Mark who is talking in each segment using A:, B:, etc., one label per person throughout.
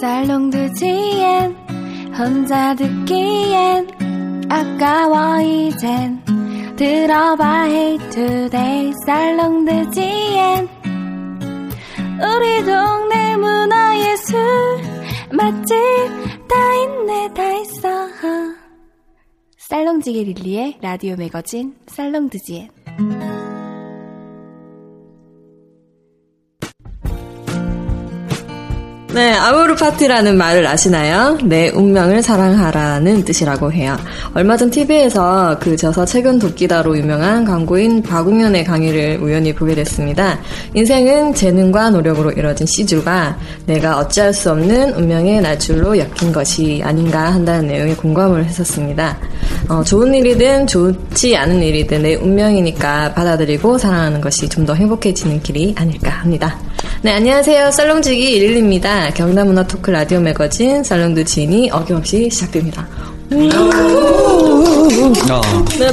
A: 살롱 듣기엔 혼자 듣기엔 아까워 이젠 들어봐 hey today 살롱 듣기엔 우리 동네 문화예술 맛집 다 있네 다 있어 살롱지게 릴리의 라디오 매거진 살롱 드지엔
B: 네, 아모르파티라는 말을 아시나요? 내 운명을 사랑하라는 뜻이라고 해요. 얼마 전 TV에서 그 저서 최근 도끼다로 유명한 광고인 박웅현의 강의를 우연히 보게 됐습니다. 인생은 재능과 노력으로 이뤄진 시주가 내가 어찌할 수 없는 운명의 날줄로 엮인 것이 아닌가 한다는 내용에 공감을 했었습니다. 어, 좋은 일이든 좋지 않은 일이든 내 운명이니까 받아들이고 사랑하는 것이 좀 더 행복해지는 길이 아닐까 합니다. 네, 안녕하세요. 썰렁지기 111입니다. 경남문화 토크 라디오 매거진 썰렁두 지인이 어김없이 시작됩니다. 네,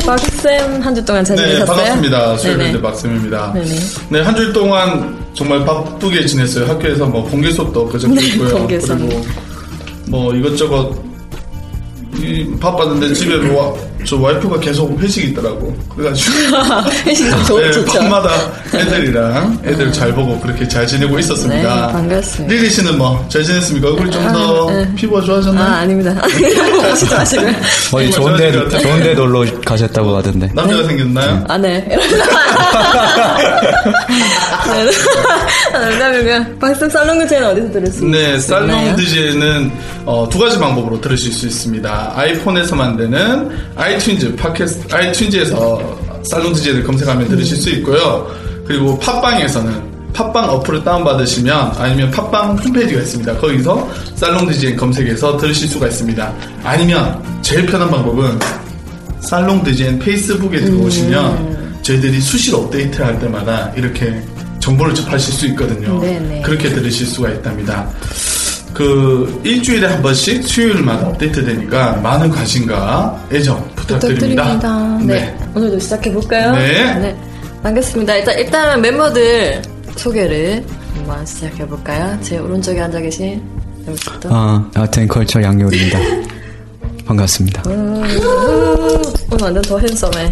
B: 박쌤 한 주 동안 잘
C: 네,
B: 지내셨어요?
C: 반갑습니다.
B: 네네.
C: 수요일드 박쌤입니다.
B: 네네.
C: 네, 한 주일 동안 정말 바쁘게 지냈어요. 학교에서 뭐 공개 수업도 그저께
B: 네,
C: 있고요.
B: 공개 수업.
C: 그리고 뭐 이것저것 이, 바빴는데 집에 뭐, 와- 저 와이프가 계속 회식이 있더라고. 그래가지고
B: 좋,
C: 네,
B: 좋죠.
C: 밤마다 애들이랑 애들 잘 보고 그렇게 잘 지내고
B: 네,
C: 있었습니다.
B: 반갑습니다.
C: 릴리 씨는 뭐 잘 지냈습니까? 얼굴 좀 더 피부가
B: 아,
C: 좋아졌나요?
B: 아닙니다. 오시지 마시고요.
D: 어디
C: 정말
D: 좋은데
C: 잘하는 것 같아요.
D: 좋은데 놀러 가셨다고 하던데.
C: 남자가 생겼나요?
B: 아, 네. 아, 농담이고요. 박쌤 썰렁두 지인 어디서 들었습니까?
C: 네, 살롱 DJ는 어, 두 가지 방법으로 들으실 수 있습니다. 아이폰에서만 되는 아이튠즈, 팟캐스트, 아이튠즈에서 살롱 DJ를 검색하면 들으실 수 있고요. 그리고 팟빵에서는 팟빵 어플을 다운받으시면 아니면 팟빵 홈페이지가 있습니다. 거기서 살롱 DJ 검색해서 들으실 수가 있습니다. 아니면 제일 편한 방법은 살롱 DJ는 페이스북에
B: 음.
C: 들어오시면 저희들이 수시로 업데이트할 때마다 이렇게 정보를 접하실 수 있거든요.
B: 네네.
C: 그렇게 들으실 수가 있답니다. 그 일주일에 한 번씩 수요일마다 업데이트 되니까 많은 관심과 애정 부탁드립니다.
B: 부탁드립니다. 네. 오늘도 시작해볼까요?
C: 네.
B: 반갑습니다. 일단, 일단은 멤버들 소개를 한번 시작해볼까요? 제 오른쪽에 앉아 계신 여기부터.
D: 아, 아텐컬처 양요리입니다. 반갑습니다.
B: 오늘 완전 더 핸섬해.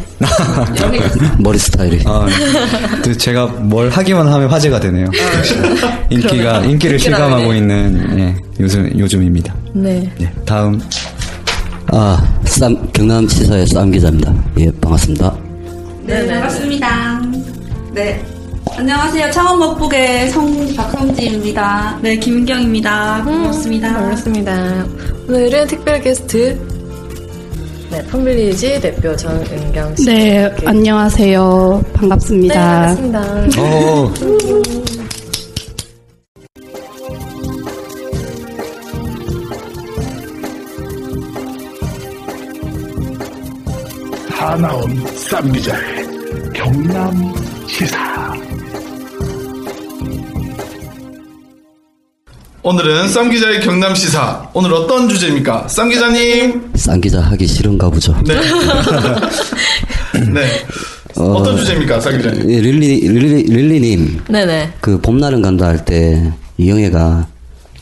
E: 머리 스타일이
D: 아, 또 제가 뭘 하기만 하면 화제가 되네요. 역시 인기가
B: 그러네요. 인기라는
D: 인기를 실감하고
B: 게.
D: 있는 예, 요즘 요즘입니다.
B: 네.
D: 예, 다음
E: 아 쌈, 경남 시사의 쌈 기자입니다 예 반갑습니다
F: 네, 반갑습니다. 네. 안녕하세요. 창원 먹북의 성 박성지입니다. 음. 네, 김은경입니다. 반갑습니다.
B: 반갑습니다. 오늘은 특별 게스트. 네, 펌빌리지 대표 정은경 씨.
G: 네,
B: 이렇게.
G: 안녕하세요.
B: 네,
G: 반갑습니다.
B: 반갑습니다.
D: 어,
H: 사나운 쌈기자의 경남 시사.
C: 오늘은 쌈 기자의 경남 시사. 오늘 어떤 주제입니까? 쌈 기자님.
E: 쌈 기자 하기 싫은가 보죠
C: 네. 네. 어... 떤 주제입니까, 쌈 기자님?
E: 예, 릴리, 릴리, 릴리님
B: 네네.
E: 그 봄날은 간다 할 때 이영애가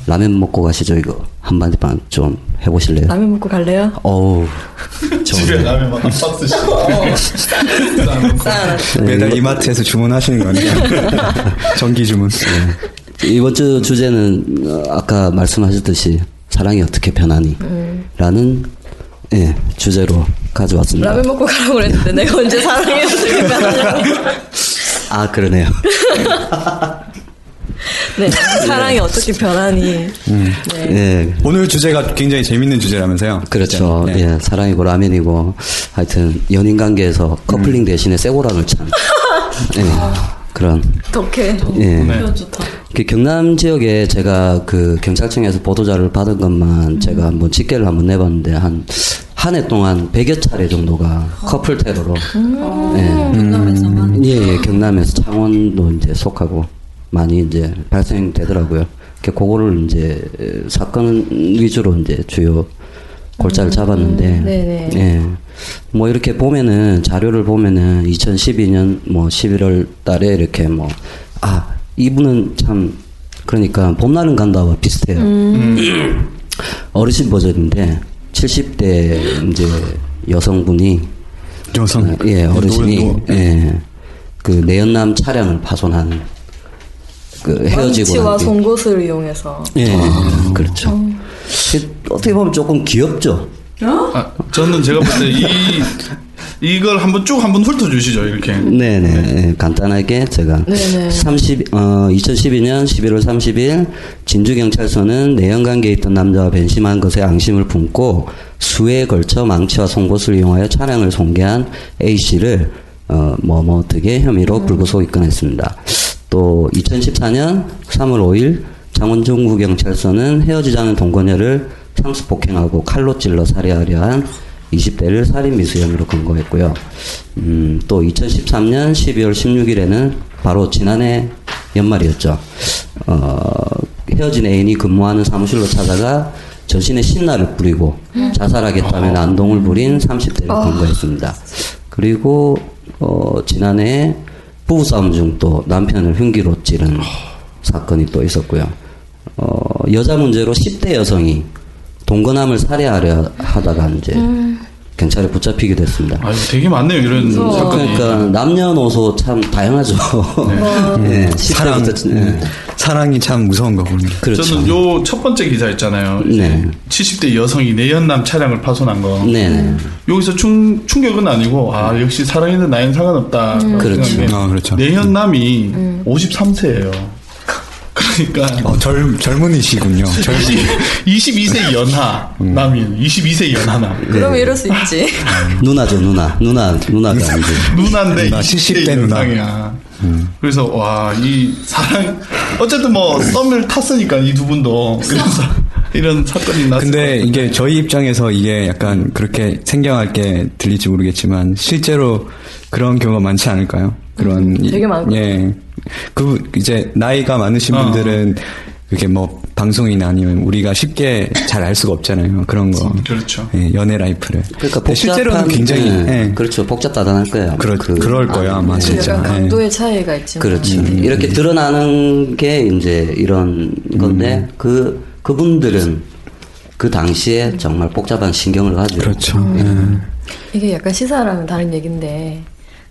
E: 라면 먹고 가시죠 이거 한마디만 좀 해보실래요?
B: 라면 먹고 갈래요?
E: 어우
C: 집에
E: 좋은데
C: 라면 막 박스씩. 네.
B: 짠.
D: 매달 이마트에서 주문하시는 거네요. 정기 주문. 네.
E: 이번 주 주제는 어, 아까
I: 음.
E: 말씀하셨듯이 사랑이 어떻게 변하니 라는 예, 주제로 가져왔습니다.
I: 라면 먹고 가라고 그랬는데 내가 언제 사랑의 연습을 가냐고.
E: 아 그러네요.
I: 네, 사랑이 어떻게 변하니.
E: 음.
I: 네.
E: 예.
D: 오늘 주제가 굉장히 재밌는 주제라면서요.
E: 그렇죠.
D: 네.
E: 예, 사랑이고 라면이고 하여튼 연인 관계에서 커플링 대신에 쇠고랑을 찬 예, 그런
I: 독해.
E: 예.
I: 표현 좋다.
E: 그 경남 지역에 제가 그 경찰청에서 보도자를 받은 것만 제가 한번 집계를 한번 내봤는데 한 한 해 동안 100여 차례 정도가 커플 테러로
D: 음.
I: 음,
E: 경남에서만 예, 예,
I: 아.
E: 경남에서 창원도 이제 속하고 많이 이제 발생되더라고요. 그 그거를 이제 사건 위주로 이제 주요 골자를 잡았는데
I: 음, 네네.
E: 예. 뭐 이렇게 보면은 자료를 보면은 2012년 뭐 11월 달에 이렇게 뭐 아 이분은 참 그러니까 봄날은 간다와 비슷해요.
I: 음.
E: 어르신 버전인데 70대 이제 여성분이
D: 여성. 네,
E: 어, 예 어르신이
D: 노- 노-
E: 예그 내연남 차량을 파손한 그 헤어지고
I: 치와 어.
E: 난 뒤.
I: 송곳을 이용해서.
E: 예 그렇죠. 어떻게 보면 조금 귀엽죠.
C: 아, 저는 제가 볼 때 이 이걸 한번 쭉 한번 훑어 주시죠 이렇게.
E: 네네 예, 간단하게 제가
I: 네네.
E: 30, 어, 2012년 11월 30일 진주경찰서는 내연관계에 있던 남자와 변심한 것에 앙심을 품고 수에 걸쳐 망치와 송곳을 이용하여 차량을 송개한 A씨를 어, 뭐뭐 어떻게
I: 음.
E: 혐의로 불구속 입건했습니다. 또 2014년 3월 5일 장원중구경찰서는 헤어지자는 동거녀를 상습폭행하고 칼로 찔러 살해하려 한 20대를 살인미수 혐의로 검거했고요. 음, 또 2013년 12월 16일에는 바로 지난해 연말이었죠. 어, 헤어진 애인이 근무하는 사무실로 찾아가 전신에 신나를 뿌리고 자살하겠다며 난동을 부린 30대를 검거했습니다. 그리고 어, 지난해 부부싸움 중 또 남편을 흉기로 찌른 사건이 또 있었고요. 어, 여자 문제로 10대 여성이 동거남을 살해하려 하다가 이제 경찰에 붙잡히게 됐습니다.
C: 아, 이거 되게 많네요 이런 사건이.
E: 그러니까 남녀노소 참 다양하죠. 네.
D: 사랑.
E: 10대부터 진- 네.
D: 사랑이 참 무서운 거군요.
E: 그렇죠.
C: 저는 요 첫 번째 기사 있잖아요.
E: 네.
C: 70대 여성이 내연남 차량을 파손한 거.
E: 네네.
C: 여기서 충, 충격은 아니고 아 역시 살아있는 나이는 상관없다.
E: 그렇죠.
C: 네.
E: 음.
D: 아, 그렇죠.
C: 내연남이 53세예요. 그러니까
E: 아,
D: 어, 젊, 젊은이시군요.
C: 네.
D: 젊은
C: 22세 연하
E: 음.
C: 남인 22세 연하남
I: 그럼
E: 네.
I: 이럴 수 있지.
E: 누나죠 누나. 누나 누나가 이제.
C: 누나인데
D: 누나,
C: 20대
D: 70대 누나.
C: 연상이야. 그래서 와 이 사랑 어쨌든 뭐 썸을 탔으니까 이 두 분도 그래서 이런 사건이 났을
D: 근데
C: 것 같아요.
D: 이게 저희 입장에서 이게 약간 그렇게 생경하게 들릴지 모르겠지만 실제로 그런 경우가 많지 않을까요? 그런 이-
I: 음, 되게 많을 것
D: 예. 그 이제 나이가 많으신
C: 어.
D: 분들은 그게 뭐 방송이나 아니면 우리가 쉽게 잘 알 수가 없잖아요. 그런 거.
C: 그렇죠.
D: 예, 연애 라이프를.
E: 그러니까
D: 근데
E: 복잡한
D: 실제로는 굉장히
E: 네.
D: 예.
E: 그렇죠. 복잡다단할 거예요.
D: 그럴- 그럴 음, 거야, 아마
E: 네.
D: 진짜.
I: 약간
D: 네.
I: 강도의 차이가 있지만.
E: 그렇죠. 이렇게 드러나는 게 이제 이런 건데
D: 음.
E: 그 그분들은 그 당시에 정말 복잡한 신경을 가지고
D: 그렇죠.
I: 음. 이게 약간 시사랑은 다른 얘기인데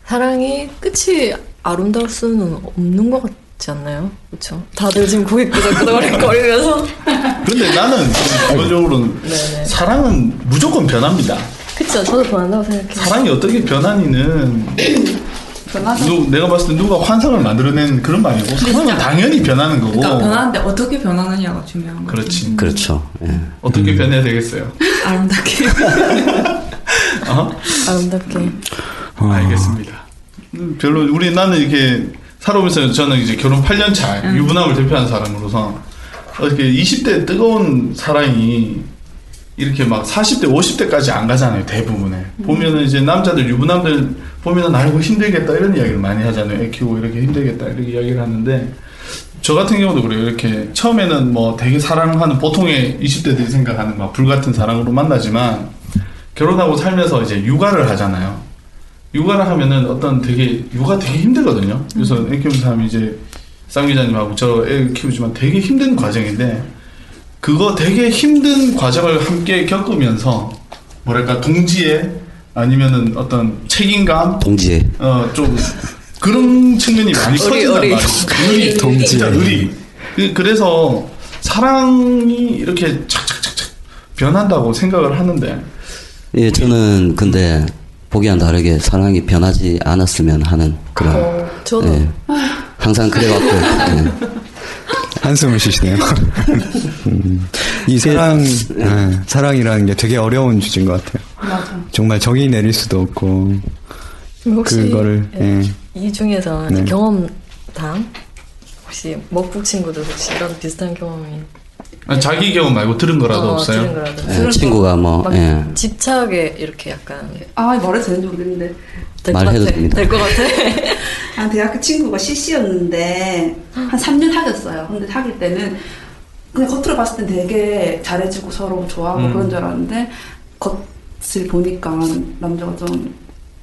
I: 사랑이 끝이 아름다울 수는 없는 것 같지 않나요? 그렇죠. 다들 지금 고개 끄덕끄덕거리면서
C: 그런데 나는 기본적으로는
I: 네네.
C: 사랑은 무조건 변합니다.
I: 그쵸. 저도 변한다고 생각해요.
C: 사랑이 어떻게 변하니는 누, 내가 봤을 때 누가 환상을 만들어낸 그런 거 아니고 사랑은 당연히 변하는 거고
J: 그렇죠. 그러니까 변하는데 어떻게 변하느냐가 중요한 거.
C: 그렇지
E: 그렇죠. 예.
C: 어떻게 변해야 되겠어요
J: 아름답게.
C: 어?
I: 아름답게.
J: 음.
D: 어.
C: 알겠습니다 음, 별로 우리 나는 이렇게 살아오면서 저는 이제 결혼 8년 차 유부남을 대표하는 사람으로서 이렇게 20대 뜨거운 사랑이 이렇게 막 40대 50대까지 안 가잖아요 대부분에 보면은 이제 남자들 유부남들 보면은 아이고 힘들겠다 이런 이야기를 많이 하잖아요 애 키우고 이렇게 힘들겠다 이렇게 이야기를 하는데 저 같은 경우도 그래요. 이렇게 처음에는 뭐 되게 사랑하는 보통의 20대들이 생각하는 막 불같은 사랑으로 만나지만 결혼하고 살면서 이제 육아를 하잖아요. 육아를 하면은 어떤 되게 육아 되게 힘들거든요.
B: 음.
C: 그래서 애 키우는 사람이 이제 쌍 기자님하고 저 애 키우지만 되게 힘든 과정인데 그거 되게 힘든 과정을 함께 겪으면서 뭐랄까 동지애 아니면은 어떤 책임감
E: 동지에
C: 어 좀 그런 측면이 많이 커진단
I: 의리.
C: 말이에요. 의리,
D: 동지.
C: 진짜 의리. 그- 그래서 사랑이 이렇게 착착착착 변한다고 생각을 하는데
E: 예, 저는 근데 보기와는 다르게 사랑이 변하지 않았으면 하는 그런.
B: 저도.
E: 예, 항상 그래왔고. 예.
D: 한숨을 쉬시네요. 음, 이 사랑, 네, 사랑이라는 게 되게 어려운 주제인 것 같아요.
B: 맞아.
D: 정말 정의 내릴 수도 없고,
B: 혹시
D: 그거를, 예.
B: 이 중에서
D: 네.
B: 경험담 혹시 먹북 친구들 혹시 이런 비슷한 경험이
C: 아니, 자기 경험 말고 들은 거라도
B: 어,
C: 없어요?
B: 들은 거라도.
E: 예, 친구가 뭐,
B: 막
E: 예.
B: 집착에 이렇게 약간 아 말해도 되는지 모르겠는데
E: 말해도 됩니다.
B: 될것 같아.
F: 아, 대학교 친구가 CC였는데, 한 3년 사귀었어요. 근데 사귈 때는, 그냥 겉으로 봤을 땐 되게 잘해주고 서로 좋아하고
B: 음.
F: 그런 줄 알았는데, 겉을 보니까 남자가 좀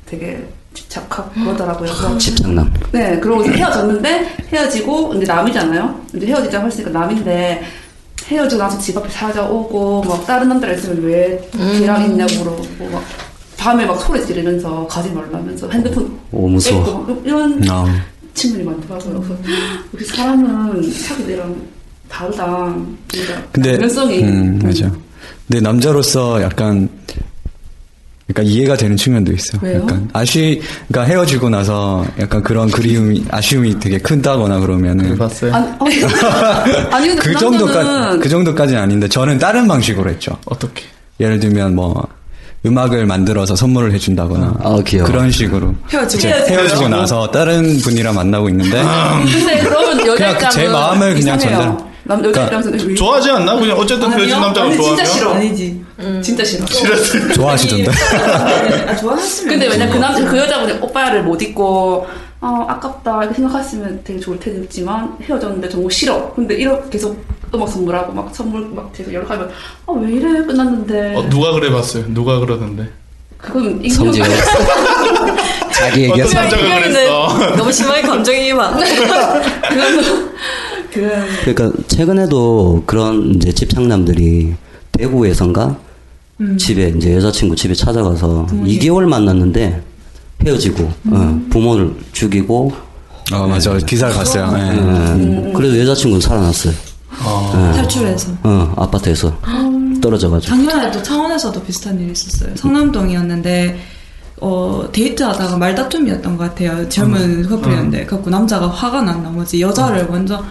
F: 되게 집착하고 그러더라고요.
E: 아,
F: 그래서
E: 집착남.
F: 네, 그러고 이제 헤어졌는데, 헤어지고, 이제 남이잖아요? 이제 헤어지자 했으니까 남인데, 헤어지고 나서 집 앞에 찾아오고, 막 다른 남자를 있으면 왜
E: 음.
F: 걔랑 있냐고 물어보고, 막 밤에 막 소리 지르면서 가지 말라면서 핸드폰
E: 오, 무서워.
F: 뺏고 막 이런
D: 예.
E: 아.
F: 친구들이 많더라고요. 그래서 우리 사람은 사귀들랑 다르다. 그러니까
D: 근데
F: 변성이
D: 음, 맞아. 근데 남자로서 약간 약간 이해가 되는 측면도 있어요.
F: 왜요?
D: 약간 아쉬 그러니까 헤어지고 나서 약간 그런 그리움이 아쉬움이 되게 큰다거나 그러면은
C: 봤어요.
F: 아니, 어, 아니 근데
D: 그
F: 그
D: 정도까지
F: 남자는
D: 그 정도까지는 아닌데 저는 다른 방식으로 했죠.
C: 어떻게?
D: 예를 들면 뭐 음악을 만들어서 선물을 해준다거나 그런 식으로
B: 헤어지고.
D: 이제
B: 헤어지고. 아.
D: 헤어지고 나서 다른 분이랑 만나고 있는데
F: 근데 그러면
D: 그냥
F: 여자감은
D: 제 마음을 그냥 전달. 그러니까
F: 남 여자감은
C: 좋아하지 않나?
J: 음.
C: 그냥 어쨌든
F: 아니요?
C: 헤어진 남자가
F: 아니,
C: 좋아하면
F: 진짜 싫어. 음. 아니지. 진짜 싫어.
D: 좋아하시던데.
F: 아, 좋아했으면. 근데 왜냐 그 남자 그 여자분이 오빠를 못 잊고 아 아깝다 이렇게 생각했으면 되게 좋을 텐데지만 헤어졌는데 정말 싫어. 근데 이렇게 계속 음악 선물하고 막 선물 막 계속 연락하면 아 왜 이래 끝났는데.
C: 어, 누가 그래 봤어요? 누가 그러던데?
F: 그건
C: 성지가
E: 자기
J: 예,
C: 얘기였어. 어떤 남자가
J: 네.
C: 그랬어?
B: 아, 너무 심하게 감정이 막
E: 그러니까 최근에도 그런 이제 집착남들이 대구에선가
B: 음.
E: 집에 이제 여자친구 집에 찾아가서 2개월 만났는데 헤어지고 어, 부모를 죽이고 어,
D: 아 맞아 기사를 봤어요. 예.
E: 그래도 여자친구는 살아났어요. 예.
J: 탈출해서.
E: 어, 아파트에서 떨어져가지고.
J: 작년에 또 창원에서도 비슷한 일이 있었어요. 성남동이었는데 어 데이트하다가 말다툼이었던 것 같아요. 젊은
E: 음.
J: 커플이었는데 그래갖고 남자가 화가 난 나머지 여자를 완전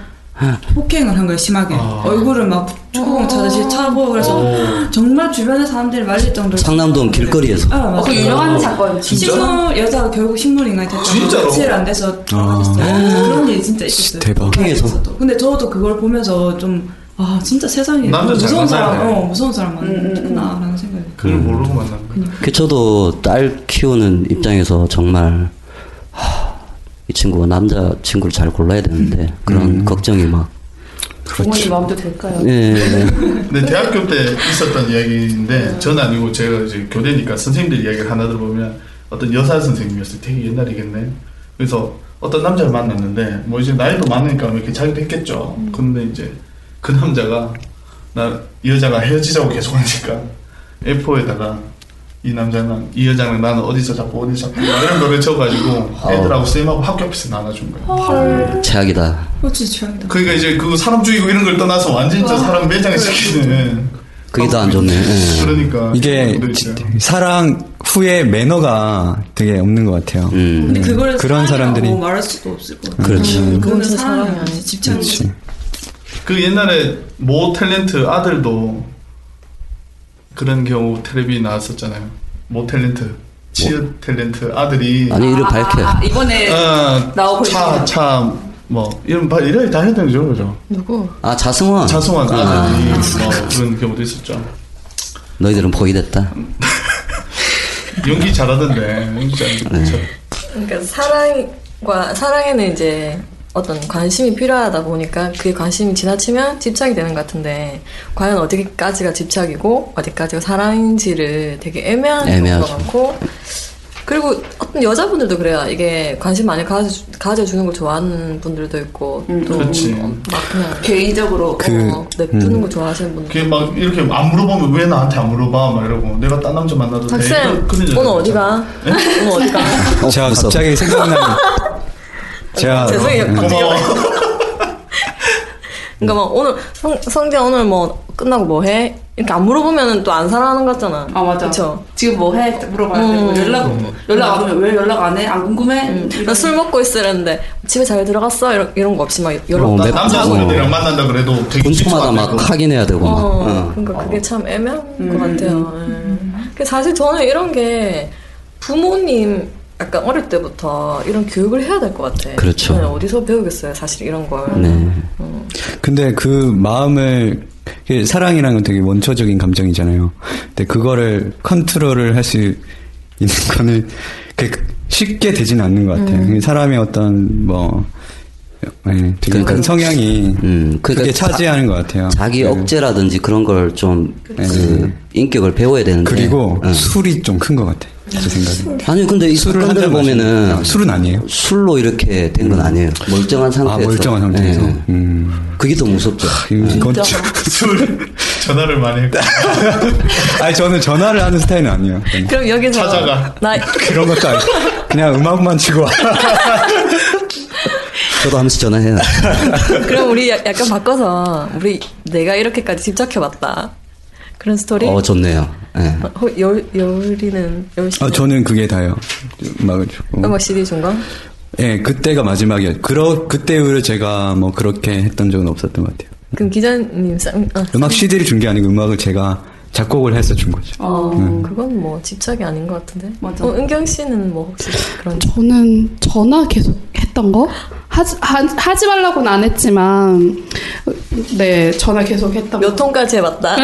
J: 폭행을 한 거예요 심하게
C: 아.
J: 얼굴을 막
B: 어.
J: 주구공 차듯이 차고 어, 그래서
E: 오.
J: 정말 주변의 사람들이 말릴 정도로
E: 상남동 길거리에서.
J: 아, 맞아요.
F: 그 유명한 사건. 진짜?
J: 식물 여자가 결국 식물인간이 됐다고
E: 진짜로?
J: 며칠 안 돼서
E: 어.
D: 아,
J: 그런 일이 진짜 있었어요.
D: 대박.
J: 근데 저도 그걸 보면서 좀 아 진짜 세상에
E: 남자 잘
J: 무서운 사람,
E: 만나네.
J: 어, 무서운 사람
F: 음,
J: 만났구나라는 생각이.
C: 그걸 모르고 만난 거야.
E: 그 저도 딸 키우는 입장에서 정말 하, 이 친구가 남자 친구를 잘 골라야 되는데 그런
D: 음.
E: 걱정이 막.
F: 부모님 마음도 될까요?
E: 예.
C: 근데 대학교 때 있었던 이야기인데 전 아니고 제가 이제 교대니까 선생님들 이야기를 하나 들어보면 어떤 여사 선생님이었어요. 되게 옛날이겠네. 그래서 어떤 남자를 만났는데 뭐 이제 나이도 많으니까 뭐 이렇게 자기도 했겠죠. 근데 이제 그 남자가 나 이 여자가 헤어지자고 계속 하니까 A4에다가 이 남자는 이 여자는 나는 어디서 잡고 어디서 잡고 막 이런 거를 적어가지고 애들하고 쌤하고 학교 앞에서 나눠준 거예요.
E: 최악이다.
J: 어 진짜 최악이다.
C: 그러니까 이제 그 사람 죽이고 이런 걸 떠나서 완전 진짜 사람 매장에 시키는
E: 그게 더 안 좋네. 예.
C: 그러니까
D: 이게 사랑 후에 매너가 되게 없는 것 같아요.
E: 음.
J: 근데 그걸
D: 음, 그런 사람들이
J: 사랑이라고 말할 수도 없을 것 같아요.
D: 그렇지. 음.
J: 그건
B: 진짜
J: 사랑이
B: 사랑이
J: 아니지 집착이지.
C: 그 옛날에 모 탤런트 아들도 그런 경우 텔레비 나왔었잖아요. 모 탤런트 치읓 탤런트 아들이
E: 뭐? 아니 이름 밝혀.
F: 아, 이번에
C: 어.
F: 나오고 있어요.
C: 차차뭐 이런 바- 이런 다 해야 되는 거죠, 그죠?
B: 누구?
E: 아 자승원.
C: 자승환
E: 아.
C: 아들이 뭐 그런 경우도 있었죠.
E: 너희들은 포기됐다.
C: 연기 잘하던데 연기
E: 네.
C: 잘하던데.
B: 그러니까 사랑과 사랑에는 이제 어떤 관심이 필요하다 보니까 그 관심이 지나치면 집착이 되는 것 같은데 과연 어디까지가 집착이고 어디까지가 사랑인지를 되게 애매한
E: 애매하죠.
B: 것 같고 그리고 어떤 여자분들도 그래요 이게 관심 많이 가져, 가져주는 걸 좋아하는 분들도 있고 또
C: 음, 그렇지.
B: 막 그냥
F: 개인적으로
B: 그, 어, 냅두는
C: 음.
B: 거 좋아하시는 분들
C: 그게 막 이렇게 안 물어보면 왜 나한테 안 물어봐 막 이러고 내가 딴 남자 만나도 돼.
B: 박쌤
C: 그런 여자
B: 오늘
C: 있잖아.
B: 어디가? 오늘 어디가?
D: 제가 갑자기 생각나는 제가
B: 죄송해요.
D: 음,
B: 갑자기 그러니까 막 오늘 성, 성재 오늘 뭐 끝나고 뭐 해? 이렇게 안 물어보면은 또 안 사랑하는 것 같잖아. 아 맞아. 그쵸? 음.
F: 지금 뭐 해? 물어봐야 되고 연락 연락 안 오면 왜 연락 안 해? 안 궁금해?
B: 나 술 먹고 있으랬는데 집에 잘 들어갔어? 이런, 이런 거 없이 막 연락
E: 어,
B: 다
E: 맵-
C: 남자
E: 어.
C: 선배들이랑 만난다 그래도 되게
E: 분초마다 막 확인해야 되고 막.
B: 어,
E: 어.
B: 그러니까 그게 참 애매한 것 같아요. 예. 근데 사실 저는 이런 게 부모님 약간 어릴 때부터 이런 교육을 해야 될 것 같아.
D: 그렇죠.
B: 저는 어디서 배우겠어요, 사실 이런 걸.
E: 네.
D: 근데 그 마음을 이게 사랑이라는 건 되게 원초적인 감정이잖아요. 근데 그거를 컨트롤을 할 수 있는 거는 그게 쉽게 되지는 않는 것 같아요.
E: 음.
D: 사람의 어떤 뭐 예, 되게
E: 그러니까-
D: 큰 성향이
E: 그러니까
D: 그게 차지하는
E: 자-
D: 것 같아요.
E: 자기
D: 네.
E: 억제라든지 그런 걸 좀그 인격을 배워야 되는데
D: 그리고
E: 어.
D: 술이 좀 큰 것 같아. 제 생각에.
E: 아니 근데 이
D: 술을
E: 사람들
D: 한잔 마시면-
E: 보면은
D: 아, 술은 아니에요.
E: 술로 이렇게 된 건 아니에요. 멀쩡한 상태에서.
D: 멀쩡한 상태에서. 음.
E: 예. 그게 더 무섭죠.
D: 이건 참-
C: 술그 전화를 많이 했고
D: 아니 저는 전화를 하는 스타일은 아니에요.
B: 그럼 여기서
D: 찾아가.
B: 나
D: 그런 것도 아니고 그냥 음악만 치고 와.
E: 저도 한 번씩 전화해요.
B: 그럼 우리 야- 약간 바꿔서 우리 내가 이렇게까지 집착해봤다. 그런 스토리?
E: 어 좋네요. 예.
B: 어, 여- 여울이는 여울씨
D: 아, 저는 그게 다예요. 음악을 듣고.
B: 음악 CD 뭐, 준 거?
D: 예, 그때가 마지막이었. 그러 그때 이후로 제가 뭐 그렇게 했던 적은 없었던 것 같아요.
B: 그럼 기자님 쌍, 아,
D: 음악 CD를 준 게 아니고 음악을 제가 작곡을 해서 준 거죠.
B: 어,
D: 음.
B: 그건 뭐 집착이 아닌 것 같은데. 맞아. 어, 은경 씨는 뭐 혹시 그런
G: 저는 전화 계속 했던 거 하지 하, 하지 말라고는 안 했지만 네 전화 계속 했던 몇
B: 통까지 해봤다.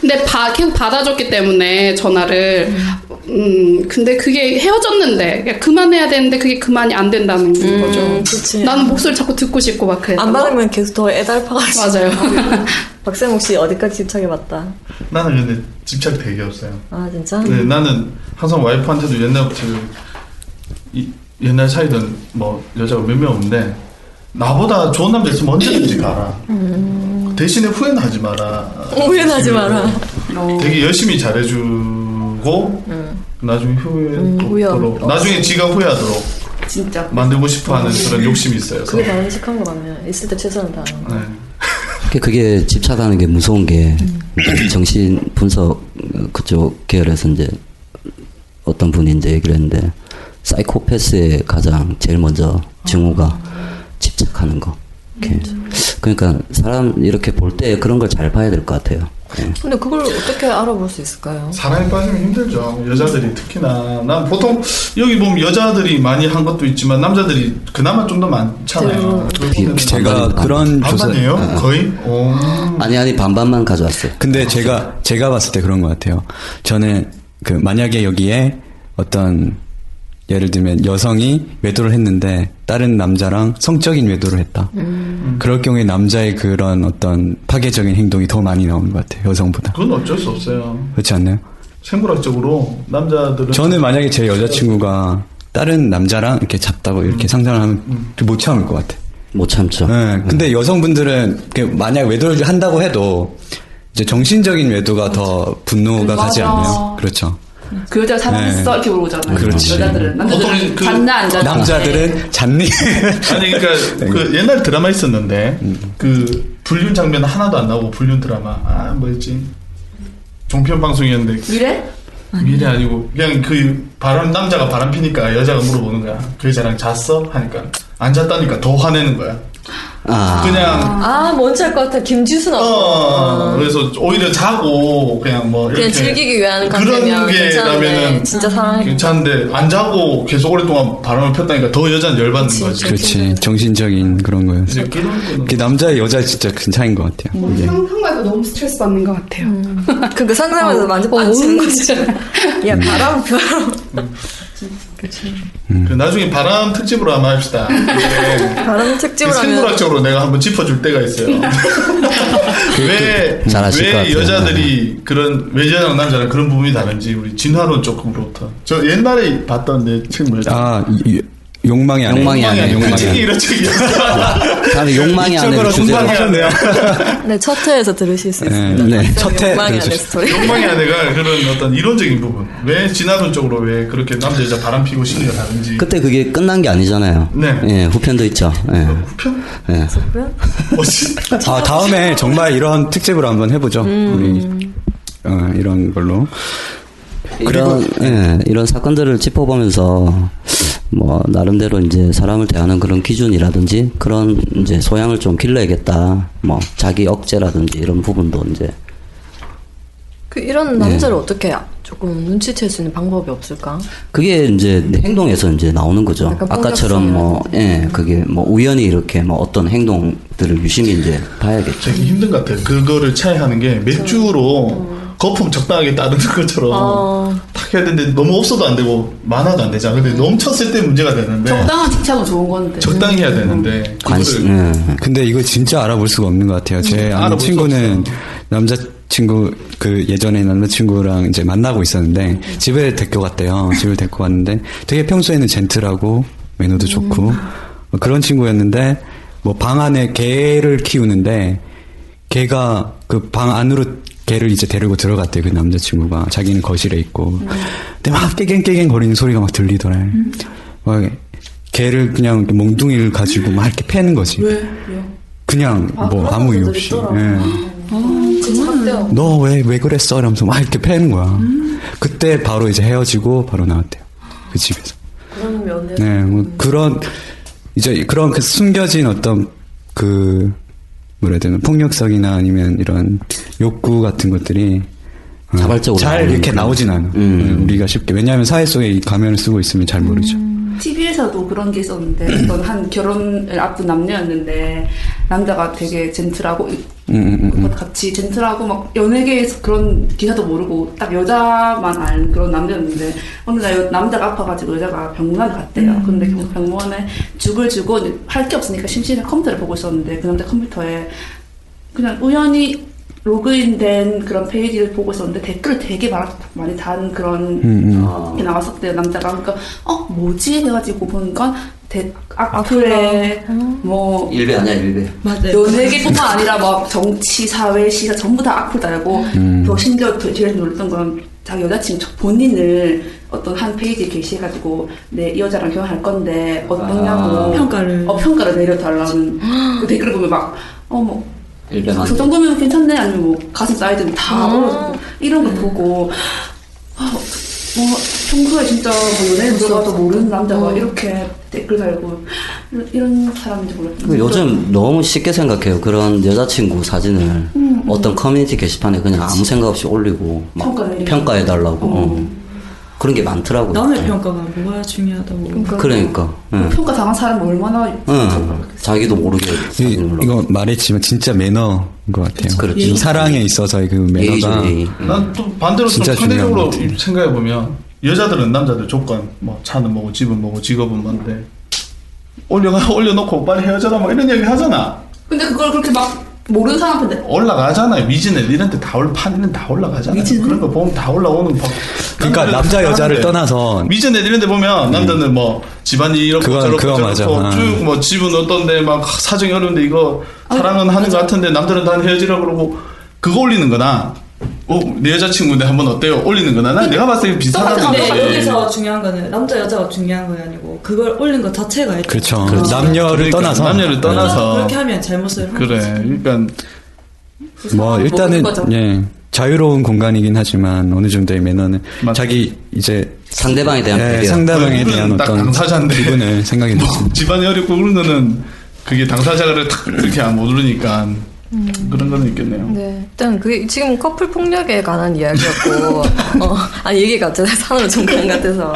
G: 근데 바, 계속 받아줬기 때문에 전화를 음 근데 그게 헤어졌는데 그냥 그만해야 되는데 그게 그만이 안 된다는
F: 음.
B: 음.
G: 거죠.
B: 그치.
G: 나는 목소리 자꾸 듣고 싶고 막
F: 아,
G: 그래.
B: 뭐 안 받으면 계속 더 애달파가지고.
G: 맞아요.
B: 박세목 씨 어디까지 집착해봤다.
C: 나는 근데 집착 되게 없어요.
B: 아 진짜?
E: 음.
C: 네, 나는 항상 와이프한테도 옛날부터 그 이, 옛날 사이던 뭐 여자가 몇 명 없는데 나보다 좋은 남자 있으면 언제든지 가라.
B: 음.
C: 대신에 후회는 하지 마라.
B: 오해는 하지 마라. 어.
C: 되게 열심히 잘해주고
B: 음.
C: 나중에 후회
B: 후회
C: 없도록
B: 없도록.
C: 나중에 지가 후회하도록
F: 진짜
C: 만들고 싶어하는 그런 욕심이 있어요.
B: 음. 그게 바람직한 거 같네요. 있을 때 최선을 다하는 거.
E: 그게- 그게 집착하는 게 무서운 게 그러니까 정신 분석 그쪽 계열에서 이제 어떤 분이 이제 얘기를 했는데 사이코패스의 가장 제일 먼저 증후가 집착하는 거. 이렇게. 그러니까 사람 이렇게 볼 때 그런 걸 잘 봐야 될 것 같아요. 예.
B: 근데 그걸 어떻게 알아볼 수 있을까요?
C: 사랑에 빠지면 힘들죠. 여자들이 특히나 난 보통 여기 보면 여자들이 많이 한 것도 있지만 남자들이 그나마 좀 더 많잖아요.
D: 예, 제가 그런 조사
C: 아,
D: 아.
C: 반반이에요? 거의 어,
E: 아니 아니 반반만 가져왔어요.
D: 근데 제가 제가 봤을 때 그런 것 같아요. 저는 그 만약에 여기에 어떤 예를 들면 여성이 외도를 했는데 다른 남자랑 성적인 외도를 했다.
C: 음.
D: 그럴 경우에 남자의 그런 어떤 파괴적인 행동이 더 많이 나오는 것 같아요. 여성보다.
C: 그건 어쩔 수 없어요.
D: 그렇지 않나요?
C: 생물학적으로 남자들은
D: 저는 만약에 제 여자친구가 다른 남자랑 이렇게 잡다고 이렇게 상상을 하면 못 참을 것 같아.
E: 못 참죠.
D: 네, 근데 여성분들은 이렇게 만약 외도를 한다고 해도 이제 정신적인 외도가 더 분노가
F: 맞아.
D: 가지 않나요? 그렇죠.
F: 그 여자가 사랑했어
D: 네.
F: 이렇게 물어보잖아요.
D: 그렇지. 그
F: 여자들은 남자들은 잤나 안 잤나.
D: 남자들은
C: 아니
D: 잤니? 네.
C: 그러니까 그 옛날 드라마 있었는데
D: 음.
C: 그 불륜 장면 하나도 안 나오고 불륜 드라마 아 뭐였지 종편 방송이었는데
F: 미래?
C: 미래 아니고 그냥 그 바람 남자가 바람 피니까 여자가 물어보는 거야 그 여자랑 잤어 하니까 안 잤다니까 더 화내는 거야
D: 아.
C: 그냥
B: 아 뭔지 알 것 같아. 김지순
C: 어,
B: 아빠.
C: 그래서 오히려 자고 그냥 뭐 이렇게
B: 그냥 즐기기 위한
C: 그런
B: 관계면
C: 게라면은
B: 괜찮은데 진짜 사랑해.
C: 괜찮은데 안 자고 계속 오랫동안 바람을 폈다니까 더 여자는 열받는 거지.
D: 그렇지. 정신적인 그런
C: 네.
D: 거였어요. 그 남자 여자 진짜 큰 차인 것 같아요. 이게.
G: 상상만해도 너무 스트레스 받는 것 같아요.
B: 그러니까 상상하면서 만져 빠지는 거지. 야 바람 바람.
C: 그 나중에 바람 특집으로 한번 합시다.
B: 바람 특집을
C: 그
B: 하면.
C: 생물학적으로 내가 한번 짚어줄 때가 있어요. 왜,
E: 잘하실 것
C: 왜
E: 같아요. 네.
C: 여자들이 그런, 왜 여자랑 남자랑 그런 부분이 다른지 우리 진화론 조금으로부터. 저 옛날에 봤던 내그 책 뭐였지?
D: 아, 이- 이- 욕망이 아니에요.
E: 욕망이 아니에요. 욕망이
D: 아니에요.
E: 아니에요. 다들 욕망이 안에
D: 이쪽으로
E: 주제로.
D: 공방하셨네요.
B: 네, 첫 회에서 들으실
D: 네.
B: 수 있습니다.
C: 네. 첫 해.
B: 욕망의 아내 스토리.
C: 욕망의 아내가 그런 어떤 이론적인 부분. 왜 진화론 쪽으로 왜 그렇게 남자 여자 바람 피고 심리가 다른지.
E: 그때 그게 끝난 게 아니잖아요.
C: 네.
E: 예, 후편도 있죠. 예.
C: 후편?
E: 예.
B: 네.
C: 어,
D: 아, 다음에 정말 이런 특집으로 한번 해보죠. 우리 어, 이런 걸로.
E: 이런 예, 이런 사건들을 짚어보면서 뭐 나름대로 이제 사람을 대하는 그런 기준이라든지 그런 이제 소양을 좀 길러야겠다. 뭐 자기 억제라든지 이런 부분도 이제
B: 그 이런 남자를
C: 네.
B: 어떻게 조금 눈치챌 수 있는 방법이 없을까?
E: 그게 이제 행동에서 이제 나오는 거죠. 아까처럼 뭐 예, 그게 뭐 우연히 이렇게 뭐 어떤 행동들을 유심히 이제 봐야겠죠.
C: 되게 힘든 것 같아요. 그거를 차이하는 게 맥주로 거품 적당하게 따르는 것처럼 탁 해야 되는데 너무 없어도 안 되고 많아도 안 되잖아. 근데 넘쳤을 때 문제가 되는데
F: 적당한 직차도 좋은 건데.
C: 적당히 해야 되는데
D: 관심. 예. 근데 이거 진짜 알아볼 수가 없는 것 같아요. 제
C: 음,
D: 아는
C: 알아볼 수
D: 친구는 남자 친구 그 예전에 남자 친구랑 이제 만나고 있었는데 집에 데리고 갔대요. 집에 데리고 왔는데 되게 평소에는 젠틀하고 매너도 좋고 뭐 그런 친구였는데 뭐 방 안에 개를 키우는데 개가 그 방 안으로 개를 이제 데리고 들어갔대요. 그 남자 친구가 자기는 거실에 있고 근데 막 깨갱깨갱 거리는 소리가 막 들리더래. 막 개를 그냥 이렇게 몽둥이를 가지고 막 이렇게 패는 거지. 그냥 뭐 아무 이유 없이.
F: 그만.
D: 너 왜 왜 그랬어? 이러면서 막 이렇게 패는 거야. 그때 바로 이제 헤어지고 바로 나왔대요. 그 집에서.
B: 그런 면에
D: 네, 뭐 그런 이제 그런 그 숨겨진 어떤 그 뭐라 해야 되나 폭력성이나 아니면 이런 욕구 같은 것들이 어,
E: 자발적으로
D: 잘
E: 나오는
D: 이렇게
E: 그런- 음.
D: 나오진 않아. 네, 우리가 쉽게 왜냐하면 사회 속에 이 가면을 쓰고 있으면 잘 모르죠.
F: TV에서도 그런
D: 음.
F: 게 있었는데 어떤 한 결혼을 앞둔 남녀였는데 남자가 되게 젠틀하고
D: 음, 음, 음, 음.
F: 같이 젠틀하고 막 연예계에서 그런 기사도 모르고 딱 여자만 아는 그런 남자였는데 어느 날 여- 남자가 아파가지고 여자가 병원에 갔대요. 근데 그 병원에 죽을 주고 할 게 없으니까 심심해 컴퓨터를 보고 있었는데 그 남자 컴퓨터에 그냥 우연히 로그인된 그런 페이지를 보고 있었는데 댓글을 되게 많- 많이 단 그런
E: 예.
D: 음, 음.
E: 아,
F: 어, 이렇게 나왔었대요 남자가 그러니까 어 뭐지 해가지고 보니까 대,
E: 아,
F: 악플에 뭐
E: 일배 아니야 일배.
F: 맞아요. 연예계뿐만 아니라 막 정치, 사회, 시사 전부 다 악플 달고
E: 음.
F: 더 심지어 더 제일 놀랐던 건 자기 여자친구 저- 본인을 어떤 한 페이지에 게시해가지고 내 이 여자랑 결혼할 건데 어떠냐고
E: 아.
F: 평가를 어 평가를 내려달라는 그 댓글을 보면 막어뭐
E: 일배
F: 저그 정도면 괜찮네 아니면 뭐 가슴 사이즈는
J: 아.
F: 다 올라가고 이런 거
J: 음.
F: 보고 아, 뭐 평소에 진짜 뭐 연예인
J: 그렇죠.
F: 들어가도 모르는 남자가
J: 음.
F: 이렇게 댓글 달고 이런, 이런 사람인지 몰랐어요.
E: 그 요즘 너무 쉽게 생각해요. 그런 여자친구 사진을
F: 음.
E: 어떤 커뮤니티 게시판에 그냥 아무 생각 없이 올리고 막
J: 평가 내리고.
E: 평가해달라고 어. 그런 게 많더라고요.
J: 그러니까
E: 네.
J: 남의 평가가 뭐가 중요하다고.
E: 그러니까 예.
F: 평가 당한 사람은 얼마나
E: 응. 자기도 모르게
D: 이, 이거 말했지만 진짜 매너인 것 같아요.
E: 음. 그렇죠. 예의.
D: 사랑에 있어서의 그 매너가
E: 음.
D: 어?
C: 난 또 반대로 좀
D: 진짜 중요한 것
C: 상대적으로
D: 같아요.
C: 생각해 보면 여자들은 남자들 조건 뭐 차는 뭐고 집은 뭐고 직업은 뭔데 올려가 올려놓고 빨리 헤어져라 막 이런 얘기 하잖아.
F: 근데 그걸 그렇게 막 모르는 사람한테
C: 올라가잖아요. 미진 애들한테 다 올, 판에는 다 올라가잖아요. 그런 거 보면 다 올라오는 거.
D: 그러니까 남자 여자를 떠나서
C: 미진 애들 이런데 보면 남자는 뭐 집안이 이렇고
D: 음. 그건-
C: 저렇고
D: 그건 맞아.
C: 저렇고
D: 아.
C: 쭉뭐 집은 어떤데 막 사정이 어려운데 이거
J: 아,
C: 사랑은 하는 것 같은데 남들은 다 헤어지라고 그러고 그거 올리는 거나 어, 내 여자친구인데 한번 어때요? 올리는 거나 난 내가 봤을 때 비슷하다는
J: 근데
C: 거지.
J: 여기서 중요한 거는 남자 여자가 중요한 거 아니고 그걸 올린 것 자체가 일단
D: 그렇죠.
J: 그렇죠.
D: 남녀를
C: 그러니까
D: 떠나서 아,
C: 남녀를 떠나서
J: 그렇게 하면 잘못을 한
C: 그래. 그러니까
D: 뭐
J: 먹는
D: 일단은
J: 거죠.
D: 예 자유로운 공간이긴 하지만 어느 정도의 매너는 자기 이제
E: 상대방에 대한
D: 예,
E: 배려.
D: 상대방에
C: 그건
D: 대한
C: 딱
D: 어떤
C: 당사자인데.
D: 기분을 생각이 뭐.
C: 집안이 어렵고 그런 거는 그게 당사자를 탁 이렇게 못 누르니까
J: 음.
C: 그런 거는 있겠네요.
B: 네, 일단 그게 지금 커플 폭력에 관한 이야기였고, 어, 아니 얘기가 갑자기 산으로 정강 같아서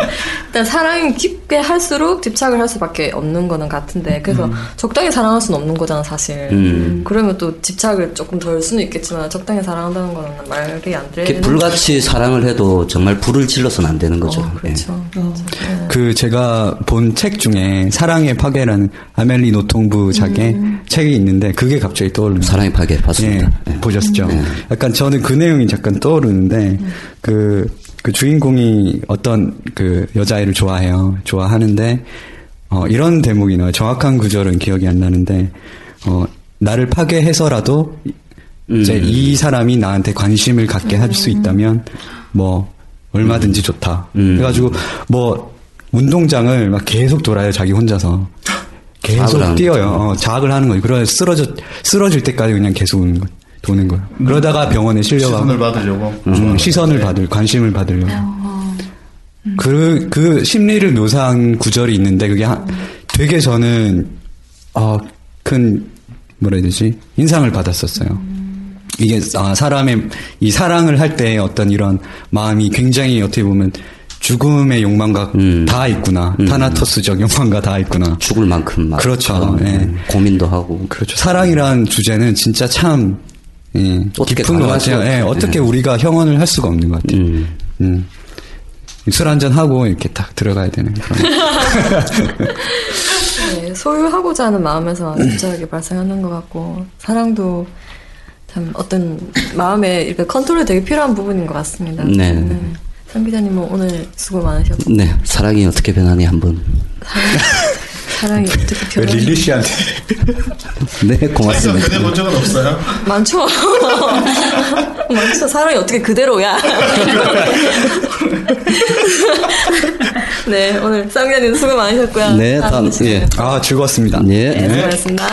B: 일단 사랑이 깊게 할수록 집착을 할 수밖에 없는 거는 같은데, 그래서 적당히 사랑할 수는 없는 거잖아 사실.
E: 음.
B: 그러면 또 집착을 조금 덜 수는 있겠지만 적당히 사랑한다는 거는 말이 안
E: 이렇게
B: 되는. 어,
E: 불같이 사랑을 해도 정말 불을 질러서는 안 되는 거죠. 예.
B: 그렇죠.
D: 그 제가 본 책 중에 사랑의 파괴라는 아멜리 노통부 작의 책이 있는데 그게 갑자기 떠오르는
E: 음.
D: 예,
E: 사랑의 파괴 봤습니다. 네.
D: 보셨죠? 약간 저는 그 내용이 잠깐 떠오르는데
E: 네.
D: 그, 그 주인공이 어떤 그 여자아이를 좋아해요. 좋아하는데 어, 이런 대목이나 정확한 구절은 기억이 안 나는데 어, 나를 파괴해서라도
E: 음.
D: 이제 이 사람이 나한테 관심을 갖게 할 수 있다면 뭐 얼마든지 좋다.
E: 음.
D: 그래가지고 뭐 운동장을 막 계속 돌아요 자기 혼자서
E: 자학을 하는
D: 계속 뛰어요.
E: 거죠.
D: 어, 자학을 하는 거예요. 그러 쓰러져 쓰러질 때까지 그냥 계속 우는 거, 도는 거예요. 그러다가 병원에 실려가고
C: 시선을 받으려고.
D: 음, 시선을 받을 관심을 받으려고. 그, 그 심리를 묘사한 구절이 있는데 그게 하- 되게 저는 어, 큰 뭐라 해야 되지 인상을 받았었어요. 이게 아, 사람의 이 사랑을 할 때 어떤 이런 마음이 굉장히 어떻게 보면 죽음의 음. 욕망과 다 있구나 타나토스적 욕망과 다 있구나
E: 죽을 만큼 막
D: 그렇죠.
E: 그런,
D: 예.
E: 음, 고민도 하고
D: 그렇죠. 사랑이란 주제는 진짜 참 예, 깊은 것
E: 가능할 수가
D: 같아요. 예,
E: 없죠.
D: 어떻게
E: 예.
D: 우리가 형언을 할 수가 없는 것 같아요. 음. 술 한잔 하고 이렇게 딱 들어가야 되는 그런.
B: 네, 소유하고자 하는 마음에서 집착이 발생하는 것 같고 사랑도 참 어떤 마음에 이렇게 컨트롤이 되게 필요한 부분인 것 같습니다.
E: 네.
B: 상 기자님은 뭐 오늘 수고 많으셨고
E: 네 사랑이 어떻게 변하니 한번
B: 사랑이 어떻게 변하는지
E: 씨한테 네 고맙습니다
C: 그대 본 적은 없어요?
B: 많죠. 많죠. 사랑이 어떻게 그대로야. 네, 오늘 쌍 기자님 수고 많으셨고요.
D: 네, 다음 예. 아 즐거웠습니다. 예.
B: 네, 수고 많으셨습니다.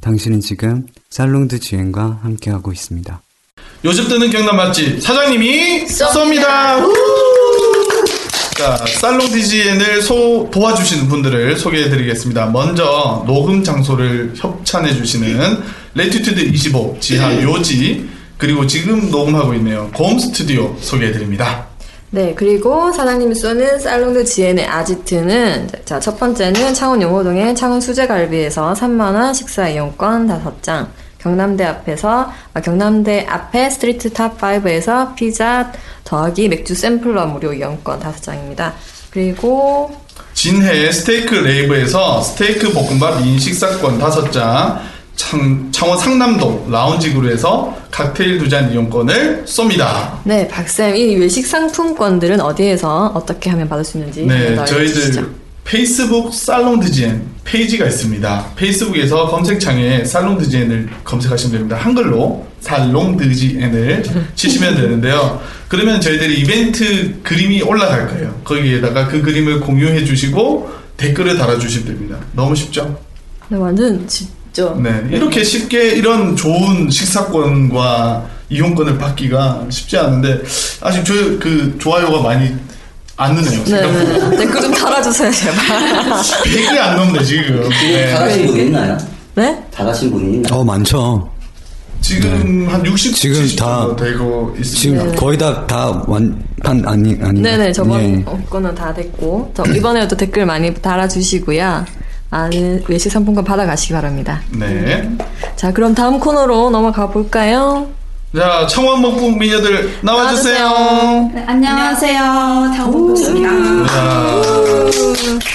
D: 당신은 지금 살롱드 지행과 함께하고 있습니다.
C: 요즘 뜨는 경남 맛집 사장님이 쏩니다. 우! 자, 살롱 디지엔을 소, 도와주시는 분들을 소개해드리겠습니다. 먼저 녹음 장소를 협찬해주시는 레티튜드 25 지하 요지 그리고 지금 녹음하고 있네요. 곰 스튜디오 소개해드립니다.
B: 네, 그리고 사장님이 쏘는 살롱드 지엔의 아지트는 자, 첫 번째는 창원 용호동의 창원 수제갈비에서 3만 원 식사 이용권 5장, 경남대 앞에서 아, 경남대 앞에 스트리트 탑 5에서 피자 더하기 맥주 샘플러 무료 이용권 5장입니다. 그리고
C: 진해 스테이크 레이브에서 스테이크 볶음밥 인식사건 5장, 창, 창원 상남동 라운지 그루에서 칵테일 두 잔 이용권을 쏩니다.
B: 네, 박쌤 이 외식 상품권들은 어디에서 어떻게 하면 받을 수 있는지
C: 네,
B: 한번 더 알려주시죠.
C: 저희들 페이스북 살롱드지엔 페이지가 있습니다. 페이스북에서 검색창에 살롱드지엔을 검색하시면 됩니다. 한글로 살롱드지엔을 치시면 되는데요. 그러면 저희들이 이벤트 그림이 올라갈 거예요. 거기에다가 그 그림을 공유해 주시고 댓글을 달아주시면 됩니다. 너무 쉽죠?
B: 네, 완전 진짜
C: 네, 이렇게 쉽게 이런 좋은 식사권과 이용권을 받기가 쉽지 않은데 아직 저희 그 좋아요가 많이 안 느네요.
B: 네, 네, 네. 댓글 좀 달아주세요, 제발.
C: 100이 안 넘네 지금. 네.
E: 잘하신 분 있나요?
B: 네?
E: 잘하신 분이 있나요?
D: 어 많죠.
C: 네. 지금 한 60,
D: 지금 다
C: 되고
D: 지금
B: 네.
D: 거의 다 다 완판 아니 아니.
B: 네네 저번
D: 예.
B: 거는 다 됐고 저 이번에도 댓글 많이 달아주시고요 아는 외식 상품권 받아가시기 바랍니다
C: 네.
B: 자 그럼 다음 코너로 넘어가 볼까요?
C: 자, 청원 먹국 미녀들 나와주세요.
F: 네, 안녕하세요. 다운입니다.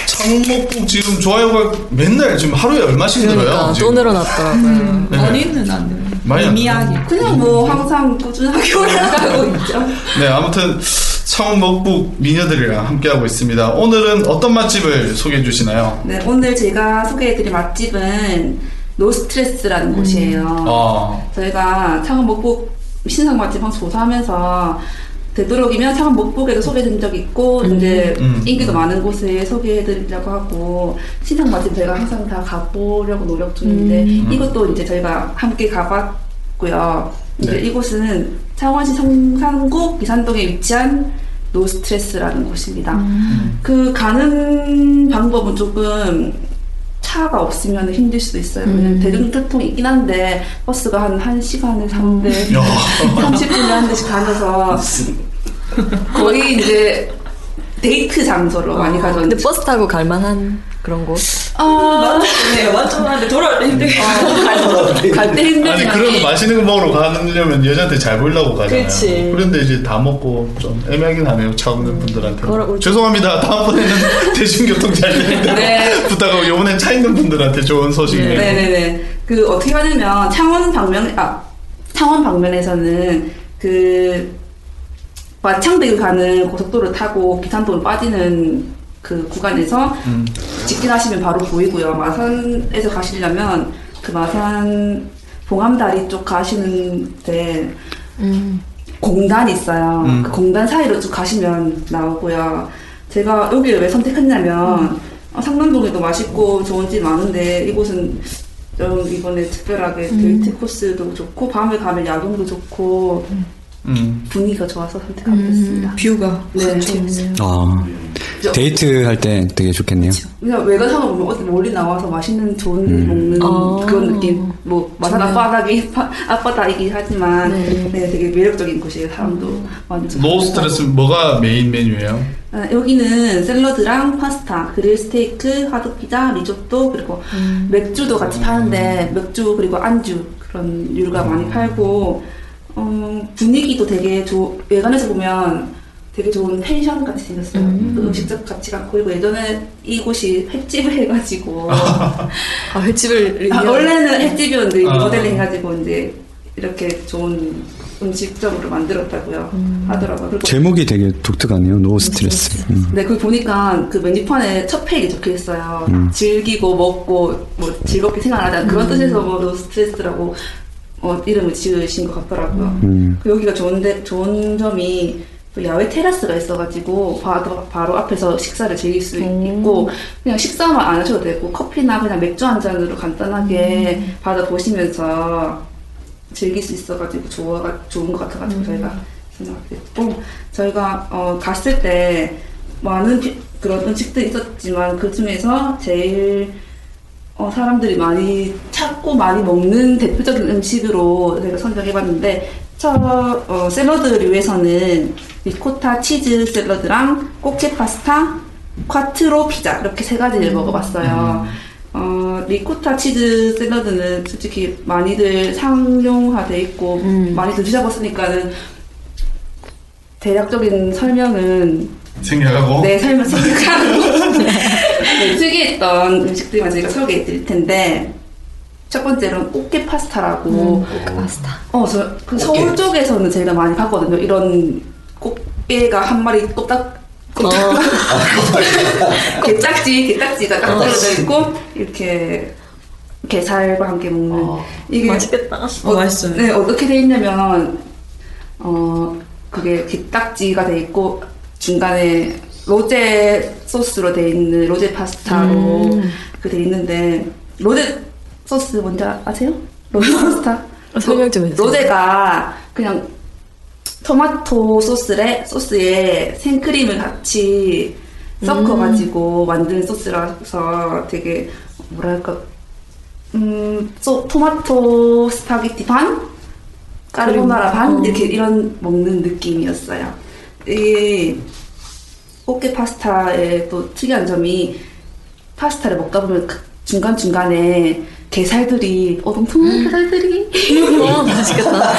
C: 청원 먹국 지금 좋아요가 맨날 지금 하루에 얼마씩 늘어요? 지금.
F: 음,
C: 네.
F: 머리는 안 돼요.
C: 많이 안
F: 미미하게. 그냥 뭐 항상 꾸준하게 올라가고 있죠.
C: 네, 아무튼 청원 먹국 미녀들이랑 함께하고 있습니다. 오늘은 어떤 맛집을 소개해 주시나요?
F: 네, 오늘 제가 소개해드릴 맛집은 노스트레스라는
J: 음.
F: 곳이에요.
C: 아,
F: 저희가 창원 목북 신상 맛집 항상 조사하면서 되도록이면 창원 목북에도 소개된 적이 있고 이제
C: 음.
F: 인기도 많은 곳에 소개해드리려고 하고 신상 맛집 저희가 항상 다 가보려고 노력 중인데
C: 음.
F: 이것도 이제 저희가 함께 가봤고요. 이제
C: 네.
F: 이곳은 창원시 성산구 이산동에 위치한 노스트레스라는 곳입니다. 그 가는 방법은 조금 차가 없으면 힘들 수도 있어요.
H: 음.
F: 왜냐면 대중교통이 있긴 한데 버스가 한 1시간을 3대
H: 음.
C: 야.
F: 30분에 한 대씩 다녀서 거의 이제 데이트 장소로 많이 가죠.
B: 근데 버스 타고 갈만한 그런 곳
F: 아,
H: 뭐, 네, 맞춰봤는데 돌아올 때 힘들게
F: 갈 때
C: 아니
F: 힘들지.
C: 그래도 맛있는 거 먹으러 가려면 여자한테 잘 보이려고 가잖아요.
F: 그치.
C: 런데 이제 다 먹고 좀 애매하긴 하네요. 차 없는 분들한테.
F: 걸어올
C: 죄송합니다. 다음번에는 대중교통 잘 되는데
F: 네.
C: 부탁하고 이번엔 차 있는 분들한테 좋은 소식이네요.
F: 네네네. 그 어떻게 하냐면 창원 방면 아 창원 방면에서는 그 와 창대교 가는 고속도로 타고 기산도로 빠지는 그 구간에서 직진하시면 바로 보이고요. 마산에서 가시려면 그 마산 봉암다리 쪽 가시는데 공단이 있어요.
K: 음.
F: 그 공단 사이로 쭉 가시면 나오고요. 제가 여기를 왜 선택했냐면 어, 상남동에도 맛있고 좋은 집 많은데 이곳은 좀 이번에 특별하게
K: 음.
F: 데이트 코스도 좋고 밤에 가면 야경도 좋고
C: 음.
F: 분위기가 좋아서 선택하게
B: 음.
F: 됐습니다.
H: 뷰가
F: 네.
D: 아, 데이트 할 때 되게 좋겠네요.
F: 그냥 외곽상으로 보면 어디 멀리 나와서 맛있는 좋은 일
C: 음.
F: 먹는
H: 아.
F: 그런 느낌. 뭐 마산
H: 좋네요.
F: 앞바닥이 파- 앞바닥이긴 하지만 네. 되게 매력적인 곳이에요. 사람도 많이 좀
C: 노 스트레스 뭐가 메인 메뉴예요?
F: 아, 여기는 샐러드랑 파스타, 그릴 스테이크, 하드 피자, 리조또 그리고 맥주도 같이 파는데 맥주 그리고 안주 그런 유류가 많이 팔고 어, 분위기도 되게 좋. 외관에서 보면 되게 좋은 펜션 같이 생겼어요. 음. 식적 같이 갖고 그리고 예전에 이곳이 횟집을 해가지고
B: 아, 횟집을
F: 아,
B: 리뷰하는-
F: 원래는 횟집이었는데
B: 아.
F: 모델링 해가지고 이제 이렇게 좋은 음식점으로 만들었다고요 하더라고요. 그리고
D: 제목이 되게 독특하네요. 노 스트레스. 음.
F: 네, 그걸 보니까 그 메뉴판에 첫 페이지 적혀 있어요.
D: 음.
F: 즐기고 먹고 뭐 즐겁게 생활하자 그런 뜻에서 뭐 노스트레스라고 어, 이름을 지으신 것 같더라고요.
D: 음.
F: 그 여기가 좋은데 좋은 점이 또 야외 테라스가 있어가지고 바로, 바로 앞에서 식사를 즐길 수 있고 그냥 식사만 안 하셔도 되고 커피나 그냥 맥주 한 잔으로 간단하게 받아 보시면서 즐길 수 있어가지고 좋아 좋은 것 같아가지고 저희가 생각하게 됐고 저희가 어, 갔을 때 많은 피- 그런 음식들이 있었지만 그 중에서 제일 어, 사람들이 많이 찾고 많이 먹는 대표적인 음식으로 제가 선정해봤는데 첫 어, 샐러드류에서는 리코타 치즈 샐러드랑 꽃게 파스타, 콰트로 피자 이렇게 세 가지를 먹어봤어요. 어, 리코타 치즈 샐러드는 솔직히 많이들 상용화돼 있고 많이들 드셔봤으니까는 대략적인 설명은
C: 생략하고
F: 내 삶을 생각하고 네, 특이했던 음식들만 저희가 소개해 드릴 텐데 첫 번째로는 꽃게 파스타라고
B: 파스타
F: 어, 저, 그 서울 쪽에서는 제가 많이 봤거든요 이런 꽃게가 한 마리 똑딱 똑딱 게딱지 게딱지가 딱 떨어져 있고 이렇게 게살과 함께 먹는 이게 맛있겠다.
H: 어, 맛있어요.
F: 네 어떻게 돼 있냐면 어 그게 게딱지가 돼 있고 중간에 로제 소스로 돼 있는 로제 파스타로 그돼 있는데 로제 소스 뭔지 아세요? 로제 파스타 아, 설명 좀 해주세요. 로제가 그냥 토마토 소스에 소스에 생크림을 같이 섞어가지고 만든 소스라서 되게 뭐랄까 음, 소, 토마토 스파게티 반, 까르보나라 반 이렇게 이런 먹는 느낌이었어요. 이 꽃게 파스타의 또 특이한 점이 파스타를 먹다 보면 그 중간 중간에 게살들이 어동통한 게살들이
B: 어, 맛있겠다.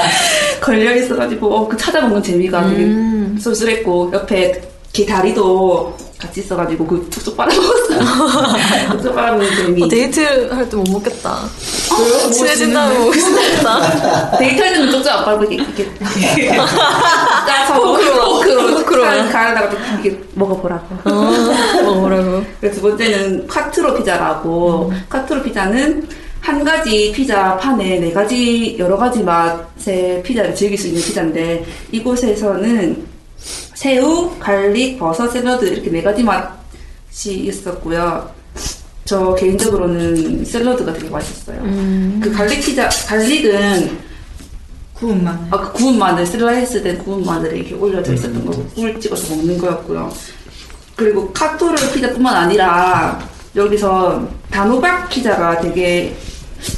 F: 걸려 있어가지고 어, 그 찾아먹는 재미가 되게 쏠쏠했고 옆에 게 다리도 같이 있어가지고 그 툭툭 빨아먹었어요. 툭툭 빨아먹는 재미.
B: 데이트 할 때 못 먹겠다.
F: 뭐
B: 친해진다면 먹고 싶다.
F: 데이트할 때는 쪽쪽 안 빨고 이렇게 이렇게
B: 아,
F: 짜서
B: 포크로, 포크로, 포크로.
F: 가에다가 이렇게 먹어보라고.
B: 먹어보라고.
F: 그리고 두 번째는 카트로 피자라고. 카트로 피자는 한 가지 피자 판에 네 가지 여러 가지 맛의 피자를 즐길 수 있는 피자인데 이곳에서는 새우, 갈릭, 버섯, 샐러드 이렇게 네 가지 맛이 있었고요. 저 개인적으로는 샐러드가 되게 맛있었어요. 그 갈릭 피자, 갈릭은 구운 마늘. 아, 그 구운 마늘, 슬라이스 된 구운 마늘이 이렇게 올려져 있었던 거고, 꿀 찍어서 먹는 거였고요. 그리고 카토르 피자뿐만 아니라, 여기서 단호박 피자가 되게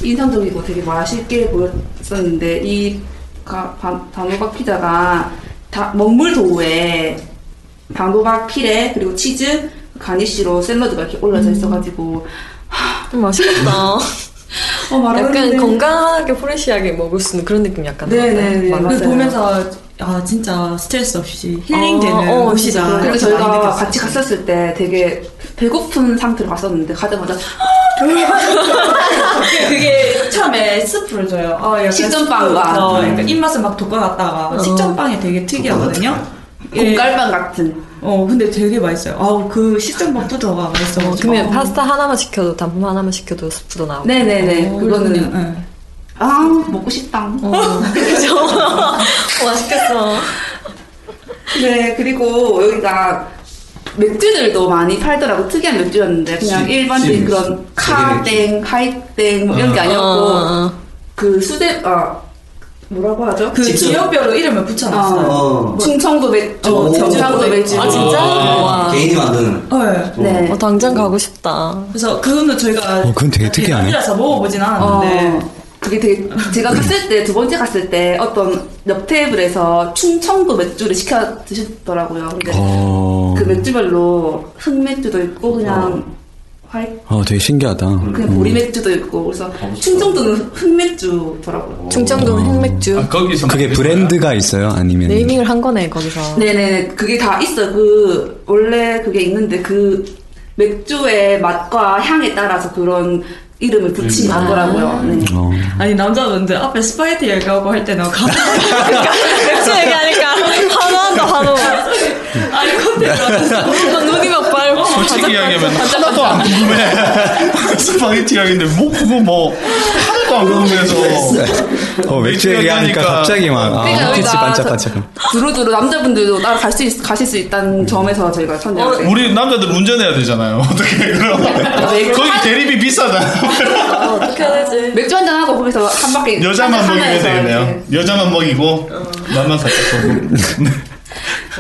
F: 인상적이고 되게 맛있게 보였었는데, 이 가- 바- 단호박 피자가 다- 먹물 도우에 단호박 피레, 그리고 치즈, 가니쉬로 샐러드가 이렇게
B: 음.
F: 올라져 있어가지고,
B: 좀 맛있겠다.
F: 어,
B: 약간
F: 말하는데.
B: 건강하게 프레시하게 먹을 수 있는 그런 느낌 약간.
H: 네네네.
B: 나요. 어,
H: 그
B: 맞아요.
H: 보면서 아 진짜 스트레스 없이 힐링되는
F: 어, 어, 진짜.
H: 피자.
F: 그리고
H: 이렇게 많이
F: 저희가
H: 느꼈어요.
F: 같이 갔었을 때 되게 배고픈 상태로 갔었는데 가자마자 "아,
H: 그게- 그게 처음에 스프를 줘요. 어, 약간
F: 식전빵과. 음.
H: 스프, 어, 약간 입맛을 막 돋궈놨다가 식전빵이 되게 특이하거든요.
F: 곰깔빵 같은.
J: 어, 근데 되게 맛있어요. 아우, 그 시점밥 푸드가 맛있어.
B: 그러면 파스타 하나만 시켜도 단품 하나만 시켜도 스프도 나오고.
F: 네네네.
B: 어,
F: 그거는.
H: 예.
F: 아, 먹고 싶다.
H: 어.
B: 그죠? 맛있겠어.
F: 네, 그리고 여기가 맥주들도 많이 팔더라고. 특이한 맥주였는데, 그냥
J: 시-
F: 일반적인
J: 시-
F: 그런
J: 세계
F: 카땡, 하이땡, 뭐 이런 게
J: 아.
F: 아니었고,
J: 아,
F: 그 수제, 아, 뭐라고 하죠?
J: 그 직접. 지역별로 이름을 붙여놨어요.
F: 어. 충청도 맥주,
B: 오.
F: 경상도 맥주.
B: 아, 진짜? 와.
E: 개인이 만드는.
B: 네. 어, 당장 가고 싶다.
J: 그래서 그거는 저희가
D: 어, 그건 되게 특이하네.
J: 혼자서 먹어보진
F: 않았는데. 그게 되게 제가 갔을 때 두 번째 갔을 때 어떤 옆 테이블에서 충청도 맥주를 시켜 드시더라고요. 근데
D: 어,
F: 그 맥주별로 흑맥주도 있고 그냥 화이
D: 어, 되게 신기하다. 음.
F: 그냥 보리 맥주도 있고
B: 어,
F: 그래서 충청도는 흑맥주더라고요.
C: 어.
B: 충청도는 흑맥주.
C: 아, 거기서
D: 그게 브랜드가 있어요? 아니면
B: 네이밍을 한 거네 거기서.
F: 네네 그게 다 있어 그 원래 그게 있는데 그 맥주의 맛과 향에 따라서 그런 이름을 붙인
J: 음.
F: 거더라고요. 네.
D: 어.
J: 아니 남자분들 앞에 스파이트 얘기하고 할 때는 가만
B: 그러니까.
J: 맥주
B: 얘기하니까 그러니까. 환호한다, 환호.
J: 아니 근데
B: 아, 눈이면 빨
C: 솔직히 이야기하면 하나도 안 궁금해. 스파게티 이야기인데 뭐, 뭐, 뭐, 하나도 안 궁금해서.
D: 어, 맥주 얘기하니까
C: 얘기하니까.
D: 갑자기 막, 아,
F: 그러니까
D: 햇빛이
F: 우리가
D: 반짝반짝. 음.
F: 두루두루 남자분들도 따라 갈 수, 있- 가실 수 있다는 점에서 저희가 선정을 했어요.
C: 우리 남자들 운전해야 되잖아요. 어떻게 네, 그럼? 거기 대립이 비싸다.
B: 어떻게 해야 되지?
F: 네, 맥주 한잔 하고 거기서 한 바퀴
C: 여자만
F: 한잔
C: 먹이면
F: 하면서
C: 되겠네요. 여자만 먹이고 남만 살짝 먹고.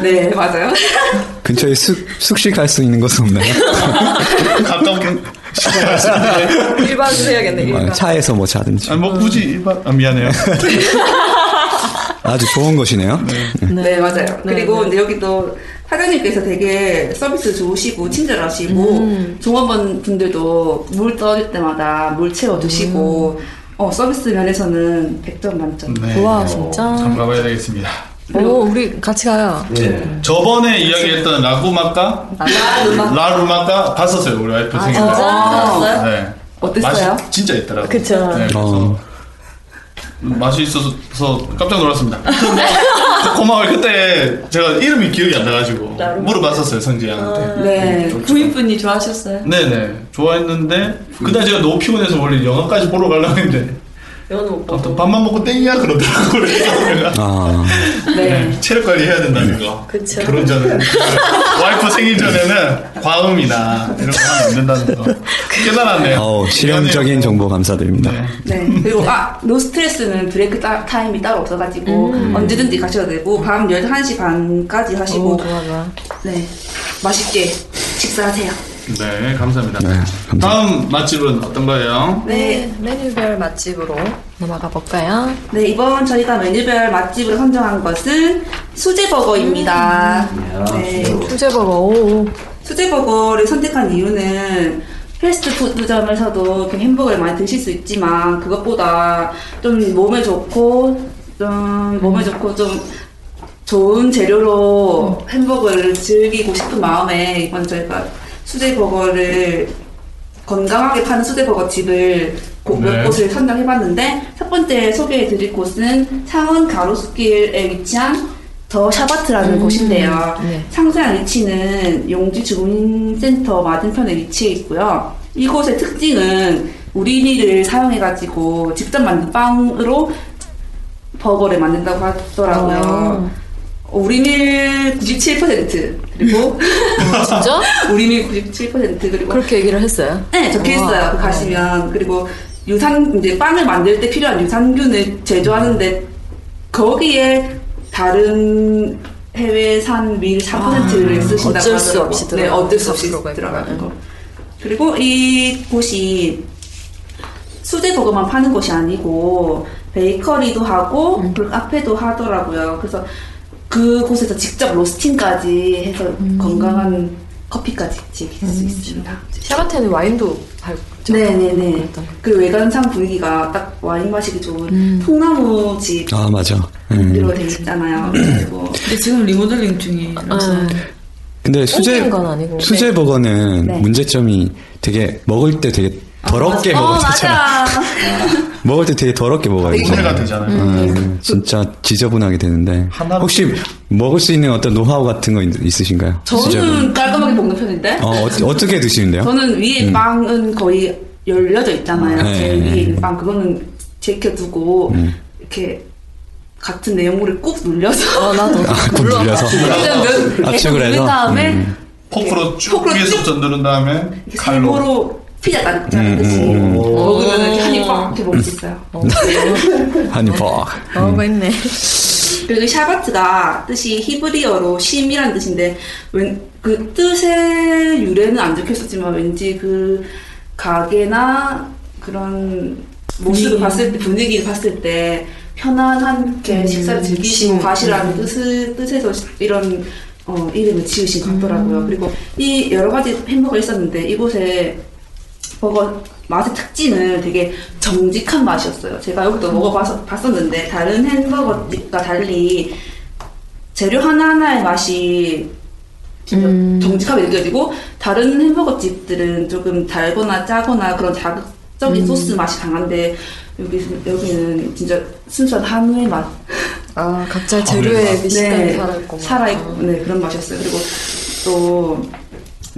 F: 네 맞아요.
D: 근처에 숙, 숙식 갈 수 있는 곳은 없나요?
B: 어.
C: 가까운
B: 일반
C: 음,
B: 해야겠네 그러니까.
D: 아,
F: 그러니까.
B: 일반.
D: 차에서 뭐 자든지.
C: 뭐 굳이 일반 아, 미안해요.
D: 아주 좋은 것이네요.
F: 네, 맞아요. 그리고 이제 여기도 사장님께서 되게 서비스 좋으시고 친절하시고
C: 음.
F: 종업원 분들도 물 떠줄 때마다 물 채워주시고
C: 음.
F: 어, 서비스 면에서는 100점 만점.
B: 와 진짜.
C: 네. 한번 가봐야 되겠습니다.
F: 네.
B: 오 어, 우리 같이 가요.
C: 네. 저번에 이야기했던 라구마카,
F: 아,
C: 라루마카 갔었어요 우리 와이프
B: 아,
C: 생일 날.
B: 진짜? 갔었어요?
C: 네.
B: 어땠어요?
C: 맛이 진짜 있더라고요.
B: 그쵸.
C: 네, 그래서
D: 어,
C: 맛이 있어서 깜짝 놀랐습니다. 그 고마워 그때 제가 이름이 기억이 안 나가지고 물어봤었어요
B: 아.
C: 성지양한테.
J: 네 부인분이 좋아하셨어요?
C: 네네 좋아했는데 그날 제가 너무 피곤해서 원래 영화까지 보러 가려고 했는데 아,
B: 영화는 못
C: 또 밥만 먹고 땡이야 그러더라고요. 그래서 내가
D: 아.
C: 네, 체력 관리 해야 된다는 거.
B: 그쵸.
C: 결혼 전에 와이프 생일 전에는 과음이나 이런 거 하면 안 된다는 거 깨달았네요.
D: 어, 실용적인 정보 감사드립니다.
F: 네.
B: 음.
F: 그리고 아, 노 스트레스는 브레이크 따- 타임이 따로 없어가지고
B: 음.
F: 언제든지 가셔도 되고 밤 11시 반까지 하시고
B: 오 좋아 좋아.
F: 네. 맛있게 식사하세요.
C: 네 감사합니다. 다음 맛집은 어떤 거예요?
B: 네 메뉴별 맛집으로 넘어가 볼까요?
F: 네, 이번 저희가 메뉴별 맛집으로 선정한 것은
B: 음.
F: 수제버거입니다.
B: 아,
F: 네.
B: 수제버거, 오.
F: 수제버거를 선택한 이유는 패스트푸드점에서도 이렇게 햄버거를 많이 드실 수 있지만 그것보다 좀 몸에 좋고 좀 몸에 좋고 좀 좋은 재료로 햄버거를 즐기고 싶은 마음에 이번 저희가 수제버거를 건강하게 파는 수제버거 집을 고- 몇
B: 네.
F: 곳을 선정해봤는데 첫 번째 소개해드릴 곳은 창원 가로수길에 위치한 더 샤바트라는
B: 음.
F: 곳인데요.
B: 네.
F: 상세한 위치는 용지 주민센터 맞은편에 위치해 있고요. 이곳의 특징은 우리니를 사용해가지고 직접 만든 빵으로 버거를 만든다고
B: 어.
F: 하더라고요. 우리밀 97% 그리고
B: 아, 진짜?
F: 우리밀 97% 그리고
B: 그렇게 얘기를 했어요?
F: 네, 적혀 있어요. 그 가시면 그리고 유산 이제 빵을 만들 때 필요한 유산균을 제조하는데 거기에 다른 해외산 밀 3%를
B: 아,
F: 쓰신다고
B: 어쩔 수
F: 하더라고요.
B: 없이
F: 네,
B: 들어가-
F: 어쩔 수 없이
B: 들어가 있구나.
F: 들어가는 거. 그리고 이 곳이 수제버거만 파는 곳이 아니고 베이커리도 하고
B: 음.
F: 그 카페도 하더라고요. 그래서 그 곳에서 직접 로스팅까지 해서
B: 음.
F: 건강한 커피까지 즐길 수 있습니다.
B: 네. 샤바테는 와인도 팔죠?
F: 네네네. 그 외관상 분위기가 딱 와인 마시기 좋은 통나무 집으로
D: 아, 맞아. 음.
F: 되어 있잖아요. 근데
J: 지금 리모델링 중이라서
D: 근데
F: 옮긴
D: 수제
F: 건 아니고.
D: 수제 버거는
F: 네.
D: 문제점이 되게 먹을 때 되게 더럽게
F: 어,
D: 먹었잖아.
F: 맞아.
D: 먹을 때 되게 더럽게 먹어요.
C: 되게
D: 진짜.
C: 분해가 되잖아요.
D: 네. 음, 진짜 지저분하게 되는데. 혹시 먹을 수 있는 어떤 노하우 같은 거 있, 있으신가요? 지저분.
F: 저는 깔끔하게 먹는 편인데.
D: 어, 어, 떻게 드시는데요?
F: 저는 위에
D: 음.
F: 빵은 거의 열려져 있잖아요.
D: 네.
F: 제일 위에 있는 빵 그거는 제껴두고
D: 음.
F: 이렇게 같은 내용물에 꾹 눌려서.
B: 어, 나도.
D: 꾹 눌러서? 압축을 해서?
F: 눌린 네, 다음에
D: 아, 음.
C: 포크로 쭉 위에서 전두른 다음에 칼로
F: 포로 피자 딱
D: 음, 음, 음.
F: 먹으면 이렇게 한입 꽉 이렇게 먹을 수 있어요.
D: 아니, 봐.
F: 음.
B: 너무 했네.
F: 그리고 샤바트가 뜻이 히브리어로 심이란 뜻인데 웬, 그 뜻의 유래는 안 적혀있었지만 왠지 그 가게나 그런 모습을
H: 분위기.
F: 봤을 때 분위기를 봤을 때
H: 음,
F: 편안하게 식사를 즐기시고 가시라는 뜻을, 뜻에서 이런 어, 이름을 지으신 것 같더라고요.
H: 음.
F: 그리고 이 여러 가지 햄버거가 있었는데 이곳에 버거 맛의 특징은 되게 정직한 맛이었어요. 제가 여기도 먹어봤었는데 다른 햄버거집과 달리 재료 하나하나의 맛이 되게 정직하게 느껴지고 다른 햄버거 집들은 조금 달거나 짜거나 그런 자극적인
B: 음.
F: 소스 맛이 강한데 여기, 여기는 진짜 순수한 한우의 맛.
B: 아 각자 재료에 미식감이
F: 네,
B: 살아있고 막.
F: 살아있고 네 그런 맛이었어요. 그리고 또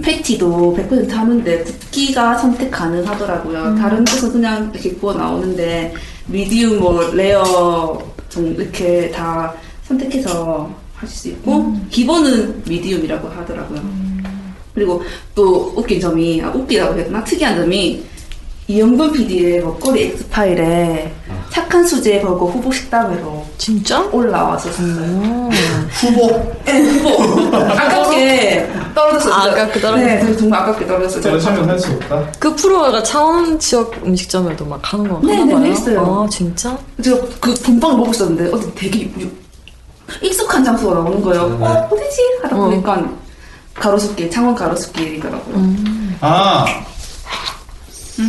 F: 패티도 100% 하는데 굽기가 선택 가능하더라고요. 다른 곳은 그냥 이렇게 구워 나오는데 미디움 뭐 레어 좀 이렇게 다 선택해서 하실 수 있고 기본은 미디움이라고 하더라고요. 그리고 또 웃긴 점이 아, 웃기다고 해야 되나 특이한 점이 이영돈 PD의 먹거리 엑스 파일에 착한 수제 버거 후보 식당으로 진짜 올라왔었어요.
C: 후보?
F: 네, 후보. 아깝게 예, 떨어졌어요.
B: 아, 아깝게
F: 네,
B: 떨어졌어요.
F: 정말 아깝게 떨어졌어요.
C: 저는 참여할 수 없다.
B: 그 프로가 차원 지역 음식점에도 막 하는 거
F: 네,
B: 하나
F: 네,
B: 봐요?
F: 했어요.
B: 아 진짜?
F: 제가 그 본방을 먹고 있었는데 어디 되게 유- 익숙한 장소가 나오는 거예요.
C: 네.
F: 어, 어디지? 하다 보니까 가로수길, 창원 가로수길이더라고요.
B: 음.
C: 아,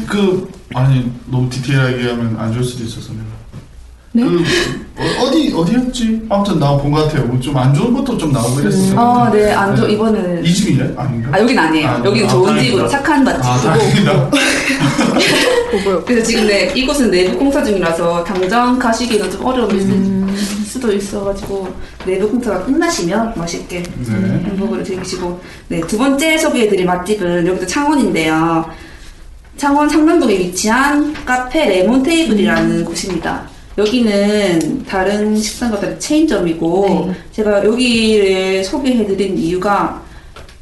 C: 그 아니 너무 디테일하게 하면 안 좋을 수도 있어서 내가.
H: 네?
C: 그 어, 어디 어디였지? 아무튼 나 본 것 같아요. 뭐 좀 안 좋은 것도 좀 나오고 이랬어요.
F: 아, 네, 안 좋, 이번에는.
C: 이 집이래? 아닌가?
F: 아, 여긴 아니에요.
C: 아,
F: 여긴
C: 아,
F: 좋은
C: 다행이다.
F: 집으로 착한
C: 아,
F: 맛집이고.
C: 다행이다.
H: 뭐
F: 그래서 지금 네, 이곳은 내부 공사 중이라서 당장 가시기는 좀 어려움이 있을
B: 음.
F: 수도 있어가지고 내부 공사가 끝나시면 맛있게
C: 네.
F: 햄버거를 즐기시고 네, 두 번째 소개해드릴 맛집은 여기도 창원인데요. 창원 상남동에 위치한 카페 레몬 테이블이라는 곳입니다. 여기는 다른 식당과 다른 체인점이고 제가 여기를 소개해드린 이유가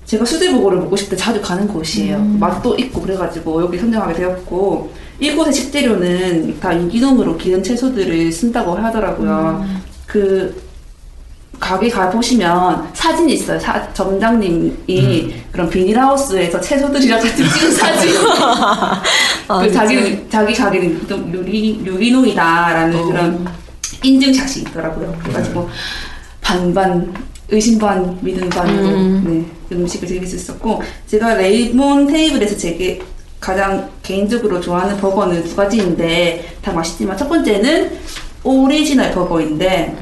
F: 제가 수제버거를 먹고 싶을 때 자주 가는 곳이에요. 맛도 있고 그래가지고 여기 선정하게 되었고 이곳의 식재료는 다 유기농으로 기른 채소들을 쓴다고 하더라고요. 그 가게 가 보시면 사진이 있어요. 사- 점장님이 그런 비닐하우스에서 채소들이랑 같이 찍은 사진.
H: 아,
B: 아,
F: 그 자기 자기 가게는 유기농- 유리 유기농이다라는 그런 인증샷이 있더라고요. 그래가지고 반반 의심 반 믿음 반으로 음. 네, 음식을 즐길 수 있었고 제가 레이몬 테이블에서 제게 가장 개인적으로 좋아하는 버거는 두 가지인데 다 맛있지만 첫 번째는 오리지널 버거인데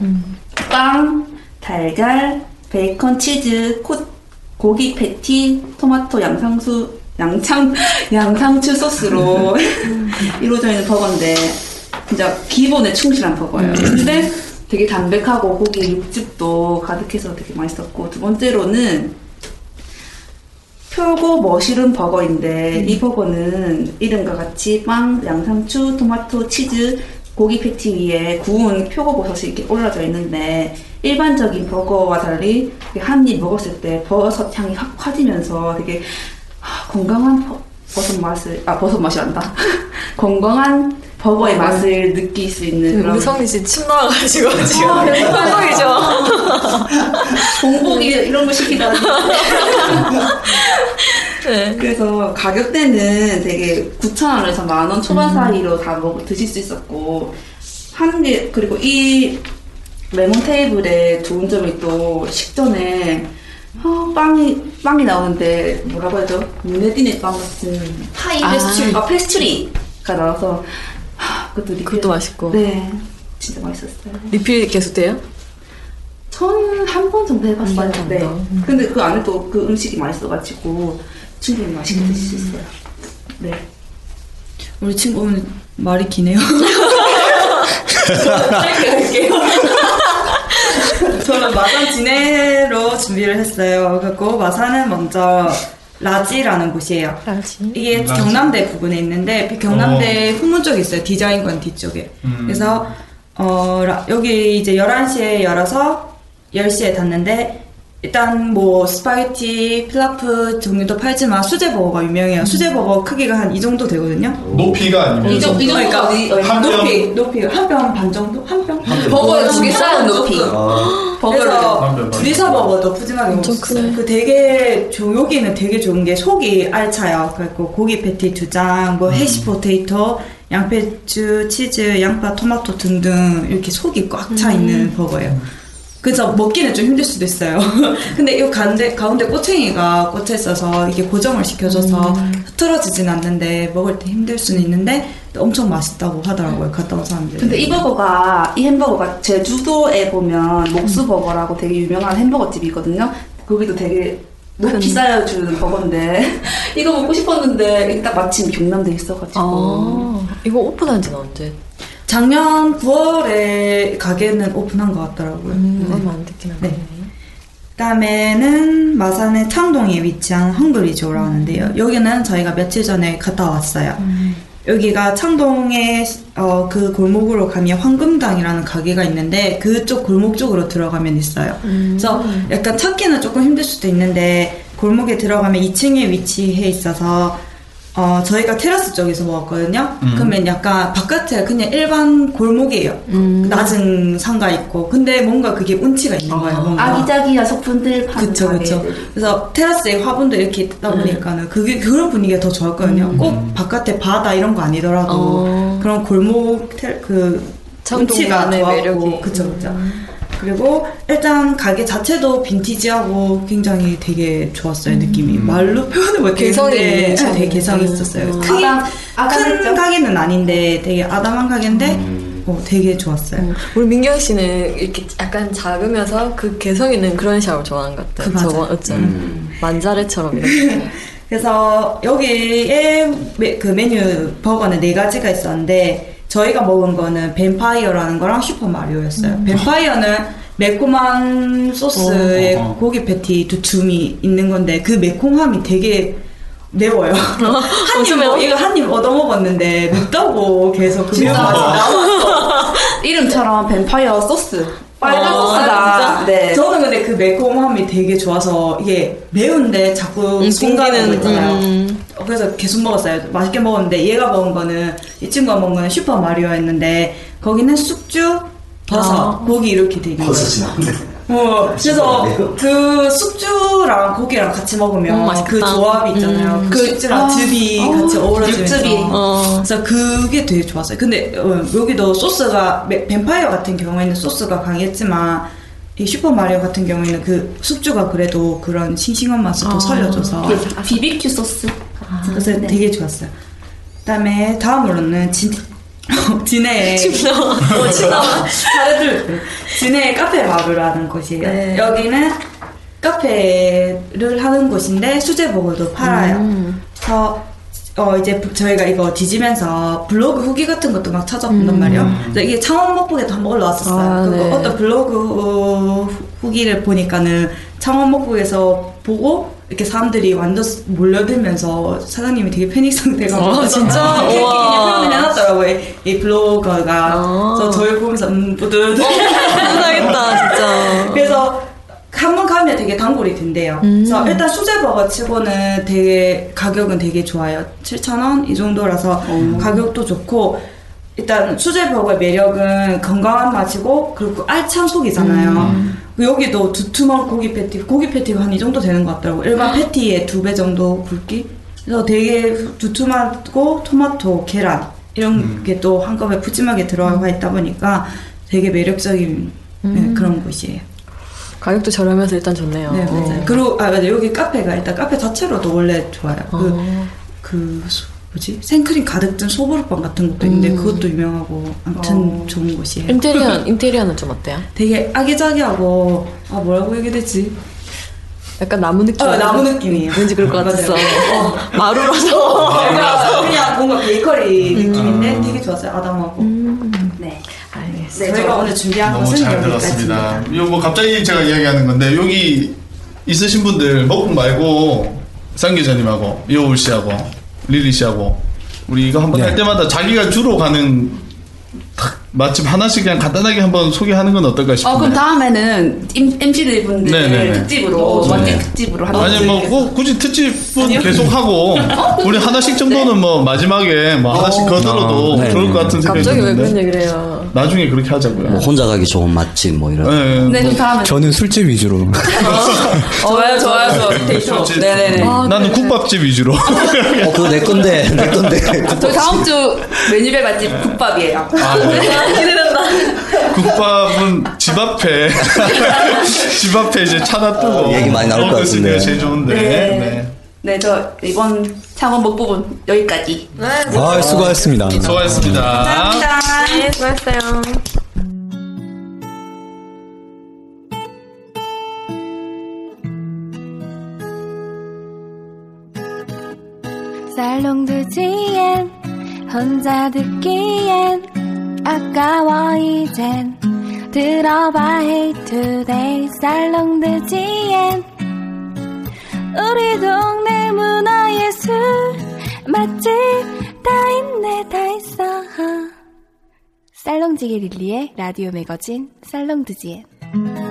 F: 빵, 달걀, 베이컨, 치즈, 콧, 고기 패티, 토마토, 양상수, 양상, 양상추 소스로 이루어져 있는 버거인데, 진짜 기본에 충실한 버거예요. 근데 되게 담백하고 고기 육즙도 가득해서 되게 맛있었고, 두 번째로는 표고 머시룸 버거인데 이 버거는 이름과 같이 빵, 양상추, 토마토, 치즈, 고기 패티 위에 구운 표고버섯이 이렇게 올라져 있는데 일반적인 버거와 달리 한 입 먹었을 때 버섯 향이 확 퍼지면서 되게 아, 건강한 버, 버섯 맛을 아 버섯 맛이 난다 건강한 버거의 맛을 느낄 수 있는 그런
B: 우리 성이 지금 침 나와가지고 지금
F: 아, 네.
B: 한국이죠.
F: 뭐 공복이 이런 거 시키다니 네,
H: 네.
F: 그래서 가격대는 되게 9,000원에서 만 원 초반 사이로 다 먹, 드실 수 있었고 하는 게 그리고 이 레몬 테이블의 좋은 점이 또 식전에 어, 빵이 빵이 나오는데 뭐라고 하죠? 눈에 띄는 빵 같은 파이
B: 아.
F: 페스츄리 아 페스츄리가 나와서 하, 그것도 리필-
B: 그것도 맛있고.
F: 네 진짜 맛있었어요.
B: 리필 계속 돼요?
F: 저는 한 번 정도 해봤어요. 네. 근데 그 안에 또 그 음식이 맛있어가지고 충분히 맛있게 드실 수 있어요. 네.
J: 우리 친구 오늘 말이 기네요.
H: 짧게 할게요. 저는 마산 진해로 준비를 했어요. 그리고 마산은 먼저 라지라는 곳이에요. 이게
J: 라지.
C: 어,
H: 경남대 부근에 있는데 그 경남대 후문 쪽에 있어요. 디자인관 뒤쪽에.
J: 음.
H: 그래서 어, 라- 여기 이제 11시에 열어서 10시에 닫는데 일단 뭐 스파게티, 필라프 종류도 팔지만 수제버거가 유명해요. 수제버거 크기가 한 이 정도 되거든요.
C: 높이가 아니면
H: 이 정도, 그러니까
F: 어디-
C: 한 뼘?
H: 높이, 높이 한 뼘 반 정도? 한 뼘?
F: 버거에
H: 음,
F: 두개 쌓은
H: 한
F: 높이.
H: 조금.
F: 아. 한 뼘
H: 그래서
F: 반.
H: 둘이서 먹어도 푸짐하게 먹을 수 있어요. 그 되게 조- 여기는 되게 좋은 게 속이 알차요. 그래서 고기 패티 두 장, 뭐 해시 포테이토, 양배추, 치즈, 양파, 토마토 등등 이렇게 속이 꽉 차 아, 있는 버거예요. 그래서 먹기는 좀 힘들 수도 있어요. 근데 이 가운데, 가운데 꼬챙이가 꽂혀 있어서 이게 고정을 시켜줘서
B: 음.
H: 흐트러지진 않는데 먹을 때 힘들 수는 있는데 엄청 맛있다고 하더라고요. 갔다 온 사람들이.
F: 근데 이 버거가 이 햄버거가 제주도에 보면 목수 버거라고 되게 유명한 햄버거 집이거든요. 거기도 되게 높이
H: 큰-
F: 쌓여주는 버거인데 이거 먹고 싶었는데 일단 마침 경남대에 있어가지고
H: 이거 오픈한 지는 언제? 작년 9월에 가게는 오픈한 것 같더라고요. 얼마 안 됐긴 음. 하네. 그다음에는 마산의 창동에 위치한 헝그리조라는데요. 여기는 저희가 며칠 전에 갔다 왔어요.
B: 음.
H: 여기가 창동의 어, 그 골목으로 가면 황금당이라는 가게가 있는데 그쪽 골목 쪽으로 들어가면 있어요.
B: 음.
H: 그래서 약간 찾기는 조금 힘들 수도 있는데 골목에 들어가면 2층에 위치해 있어서 어, 저희가 테라스 쪽에서 먹었거든요.
F: 음.
H: 그러면 약간 바깥에 그냥 일반 골목이에요.
B: 음.
H: 낮은 상가 있고. 근데 뭔가 그게 운치가 있는 거예요. 뭔가.
F: 아기자기한 소품들 파는
H: 그쵸, 그쵸.
F: 가게들. 네.
H: 그래서 테라스에 화분도 이렇게 있다 보니까는 그게 그런 분위기가 더 좋을 거든요.
F: 음.
H: 꼭 바깥에 바다 이런 거 아니더라도
F: 어.
B: 어.
H: 그런 골목 테, 그
B: 창동
H: 운치가
B: 안의
H: 좋았고, 그쵸,
B: 음.
H: 그쵸. 그리고 일단 가게 자체도 빈티지하고 굉장히 되게 좋았어요
B: 음.
H: 느낌이 말로 표현을 못했는데
B: 개성이
H: 네,
B: 있죠.
H: 되게 개성이 있었어요.
B: 음.
H: 크게
B: 아담-
H: 큰 가게는 아닌데 되게 아담한 가게인데 어, 되게 좋았어요.
B: 우리 민경 씨는 이렇게 약간 작으면서 그 개성 있는 그런 샵을 좋아하는 것 같아요.
H: 그 맞아요.
B: 저거 어쩌
E: 음.
B: 만자래처럼 이렇게.
H: 그래서 여기에 메, 그 메뉴 버거는 네 가지가 있었는데 저희가 먹은 거는 뱀파이어라는 거랑 슈퍼 마리오였어요.
F: 음.
H: 뱀파이어는 매콤한 소스에
B: 어, 어, 어.
H: 고기 패티 두 줌이 있는 건데 그 매콤함이 되게
F: 어?
H: 매워요. 한입
B: 매워?
H: 이거 한 입 얻어 먹었는데 맵다고 계속 그
F: 진짜
H: 매운 맛이 나왔어.
F: 이름처럼 뱀파이어 소스 빨간 네.
H: 어,
F: 소스가
H: 진짜? 저는 근데 그 매콤함이 되게 좋아서 이게 매운데 자꾸
B: 음,
H: 공감하는
B: 음.
H: 거잖아요. 어, 그래서 계속 먹었어요. 맛있게 먹었는데 얘가 먹은 거는 이 친구가 먹은 거는 슈퍼 마리오였는데 거기는 숙주,
B: 아.
H: 버섯, 고기 아, 뭐 이렇게 돼 있는 거예요. 어, 그래서 그 숙주랑 고기랑 같이 먹으면
B: 음, 맛있겠다.
H: 그 조합이 있잖아요.
B: 음.
H: 그 숙주랑
B: 아.
H: 즙이
B: 어.
H: 같이 어우러지면서
B: 육즙이.
H: 그래서 그게 되게 좋았어요. 근데 어, 여기도 소스가 매- 뱀파이어 같은 경우에는 소스가 강했지만 이 슈퍼 마리오 같은 경우에는 그 숙주가 그래도 그런 싱싱한 맛을 더 살려줘서
F: 아. 그 비비큐 소스 네.
H: 그래서 되게 좋았어요. 그다음에 다음으로는 진 진해
B: 침 나와. 어, 침 나와.
H: 다들 진해 카페 마블라는 곳이에요.
B: 네.
H: 여기는 카페를 하는 곳인데 수제 버거도 팔아요.
B: 음.
H: 그래서 어 이제 저희가 이거 뒤지면서 블로그 후기 같은 것도 막 찾아본단 말이에요. 그래서 이게 창원 먹북에도 한번 올라왔었어요.
B: 음. 아,
H: 그거
B: 네.
H: 어떤 블로그 후- 후기를 보니까는 창원 먹북에서 보고 이렇게 사람들이 완전 스- 몰려들면서 사장님이 되게 패닉 상태가
B: 아,
H: 와서
B: 진짜?
H: 이렇게 그냥
B: 우와.
H: 표현을 해놨더라고요. 이- 이 블로거가 그래서 저희 보면서 음 뿌듯
B: 뿌듯하겠다, 진짜.
H: 그래서 한 번 가면 되게 단골이 된대요. 그래서 일단 수제버거 치고는 되게 가격은 되게 좋아요. 7,000원 이 정도라서 가격도 좋고 일단 수제버거의 매력은 건강한 맛이고 그리고 알찬 속이잖아요. 여기도 두툼한 고기 패티, 고기 패티가 한 이 정도 되는 것 같더라고요. 일반 패티의 두 배 정도 굵기. 그래서 되게 두툼하고 토마토, 계란 이런 게 또 한꺼번에 푸짐하게 들어가 있다 보니까 되게 매력적인 네,
B: 음.
H: 그런 곳이에요.
B: 가격도 저렴해서 일단 좋네요. 어.
H: 네, 맞아요. 그리고, 아, 맞아요. 여기 카페가 일단 카페 자체로도 원래 좋아요. 그,
B: 어.
H: 그, 소- 뭐지? 생크림 가득 든 소보루빵 같은 것도 있는데
B: 음.
H: 그것도 유명하고, 아무튼
B: 어.
H: 좋은 곳이에요.
B: 인테리어 인테리어는 좀 어때요?
H: 되게 아기자기하고, 아, 뭐라고 얘기해야 되지?
B: 약간 나무 느낌.
H: 어, 나무 느낌이에요.
B: 왠지 그럴 것 같았어. 어, 마루라서.
H: 그냥, 그냥 뭔가 베이커리 느낌인데 되게 좋았어요. 아담하고.
B: 음.
H: 네. 알겠습니다. 저희가 오늘 준비한
C: 너무
H: 것은
C: 잘
H: 여기까지입니다.
C: 들었습니다. 이거 뭐 갑자기 제가 이야기하는 건데 여기 있으신 분들 먹국 말고 상 기자님하고 이호울 씨하고 릴리 씨하고 우리 이거 한번 할 때마다 자기가 주로 가는 탁 맛집 하나씩 그냥 간단하게 한번 소개하는 건 어떨까 싶은데.
F: 어, 그럼 다음에는 MC들
C: 네. 네네네.
F: 분들 특집으로, 완전
C: 네.
F: 특집으로 하는
C: 아니 뭐 꼭 굳이 특집은
F: 아니요. 어, 네.
C: 계속 하고 우리 하나씩 정도는 뭐 마지막에 뭐 하나씩 거들어도
E: 아, 네,
C: 좋을
E: 네.
C: 것 같은 생각이
B: 갑자기 왜 그런
C: 드는데
B: 얘기를 해요?
C: 나중에 그렇게 하자고요.
E: 뭐 혼자 가기 좋은 맛집 뭐 이런.
F: 네, 그럼 다음에.
D: 저는 술집 위주로.
F: 좋아요, 좋아요, 좋아요. 데이터. 네네네. 아, 네.
C: 나는 국밥집 위주로.
E: 어, 그거 내 건데, 내 건데.
F: 저희 다음 주 메뉴별 맛집 국밥이에요.
C: 아, 네.
F: 기대된다.
C: 국밥은 집 앞에 집 앞에 이제 차나 뜨고
E: 얘기 많이 나올 것
C: 먹을 수 있는 게
E: 같은데.
C: 제일 좋은데.
F: 네.
C: 네.
F: 네, 저 이번 창원 먹부분 여기까지.
D: 아, 수고하셨습니다.
C: 수고하셨습니다.
F: 감사합니다.
B: 수고했어요.
A: 살롱드 뒤엔 혼자 듣기엔 아까워 이젠 들어봐 Hey Today 살롱드 뒤엔 우리 동네 문화예술 맛집 다 있네 다 있어 살롱지게 릴리의 라디오 매거진 살롱드지엔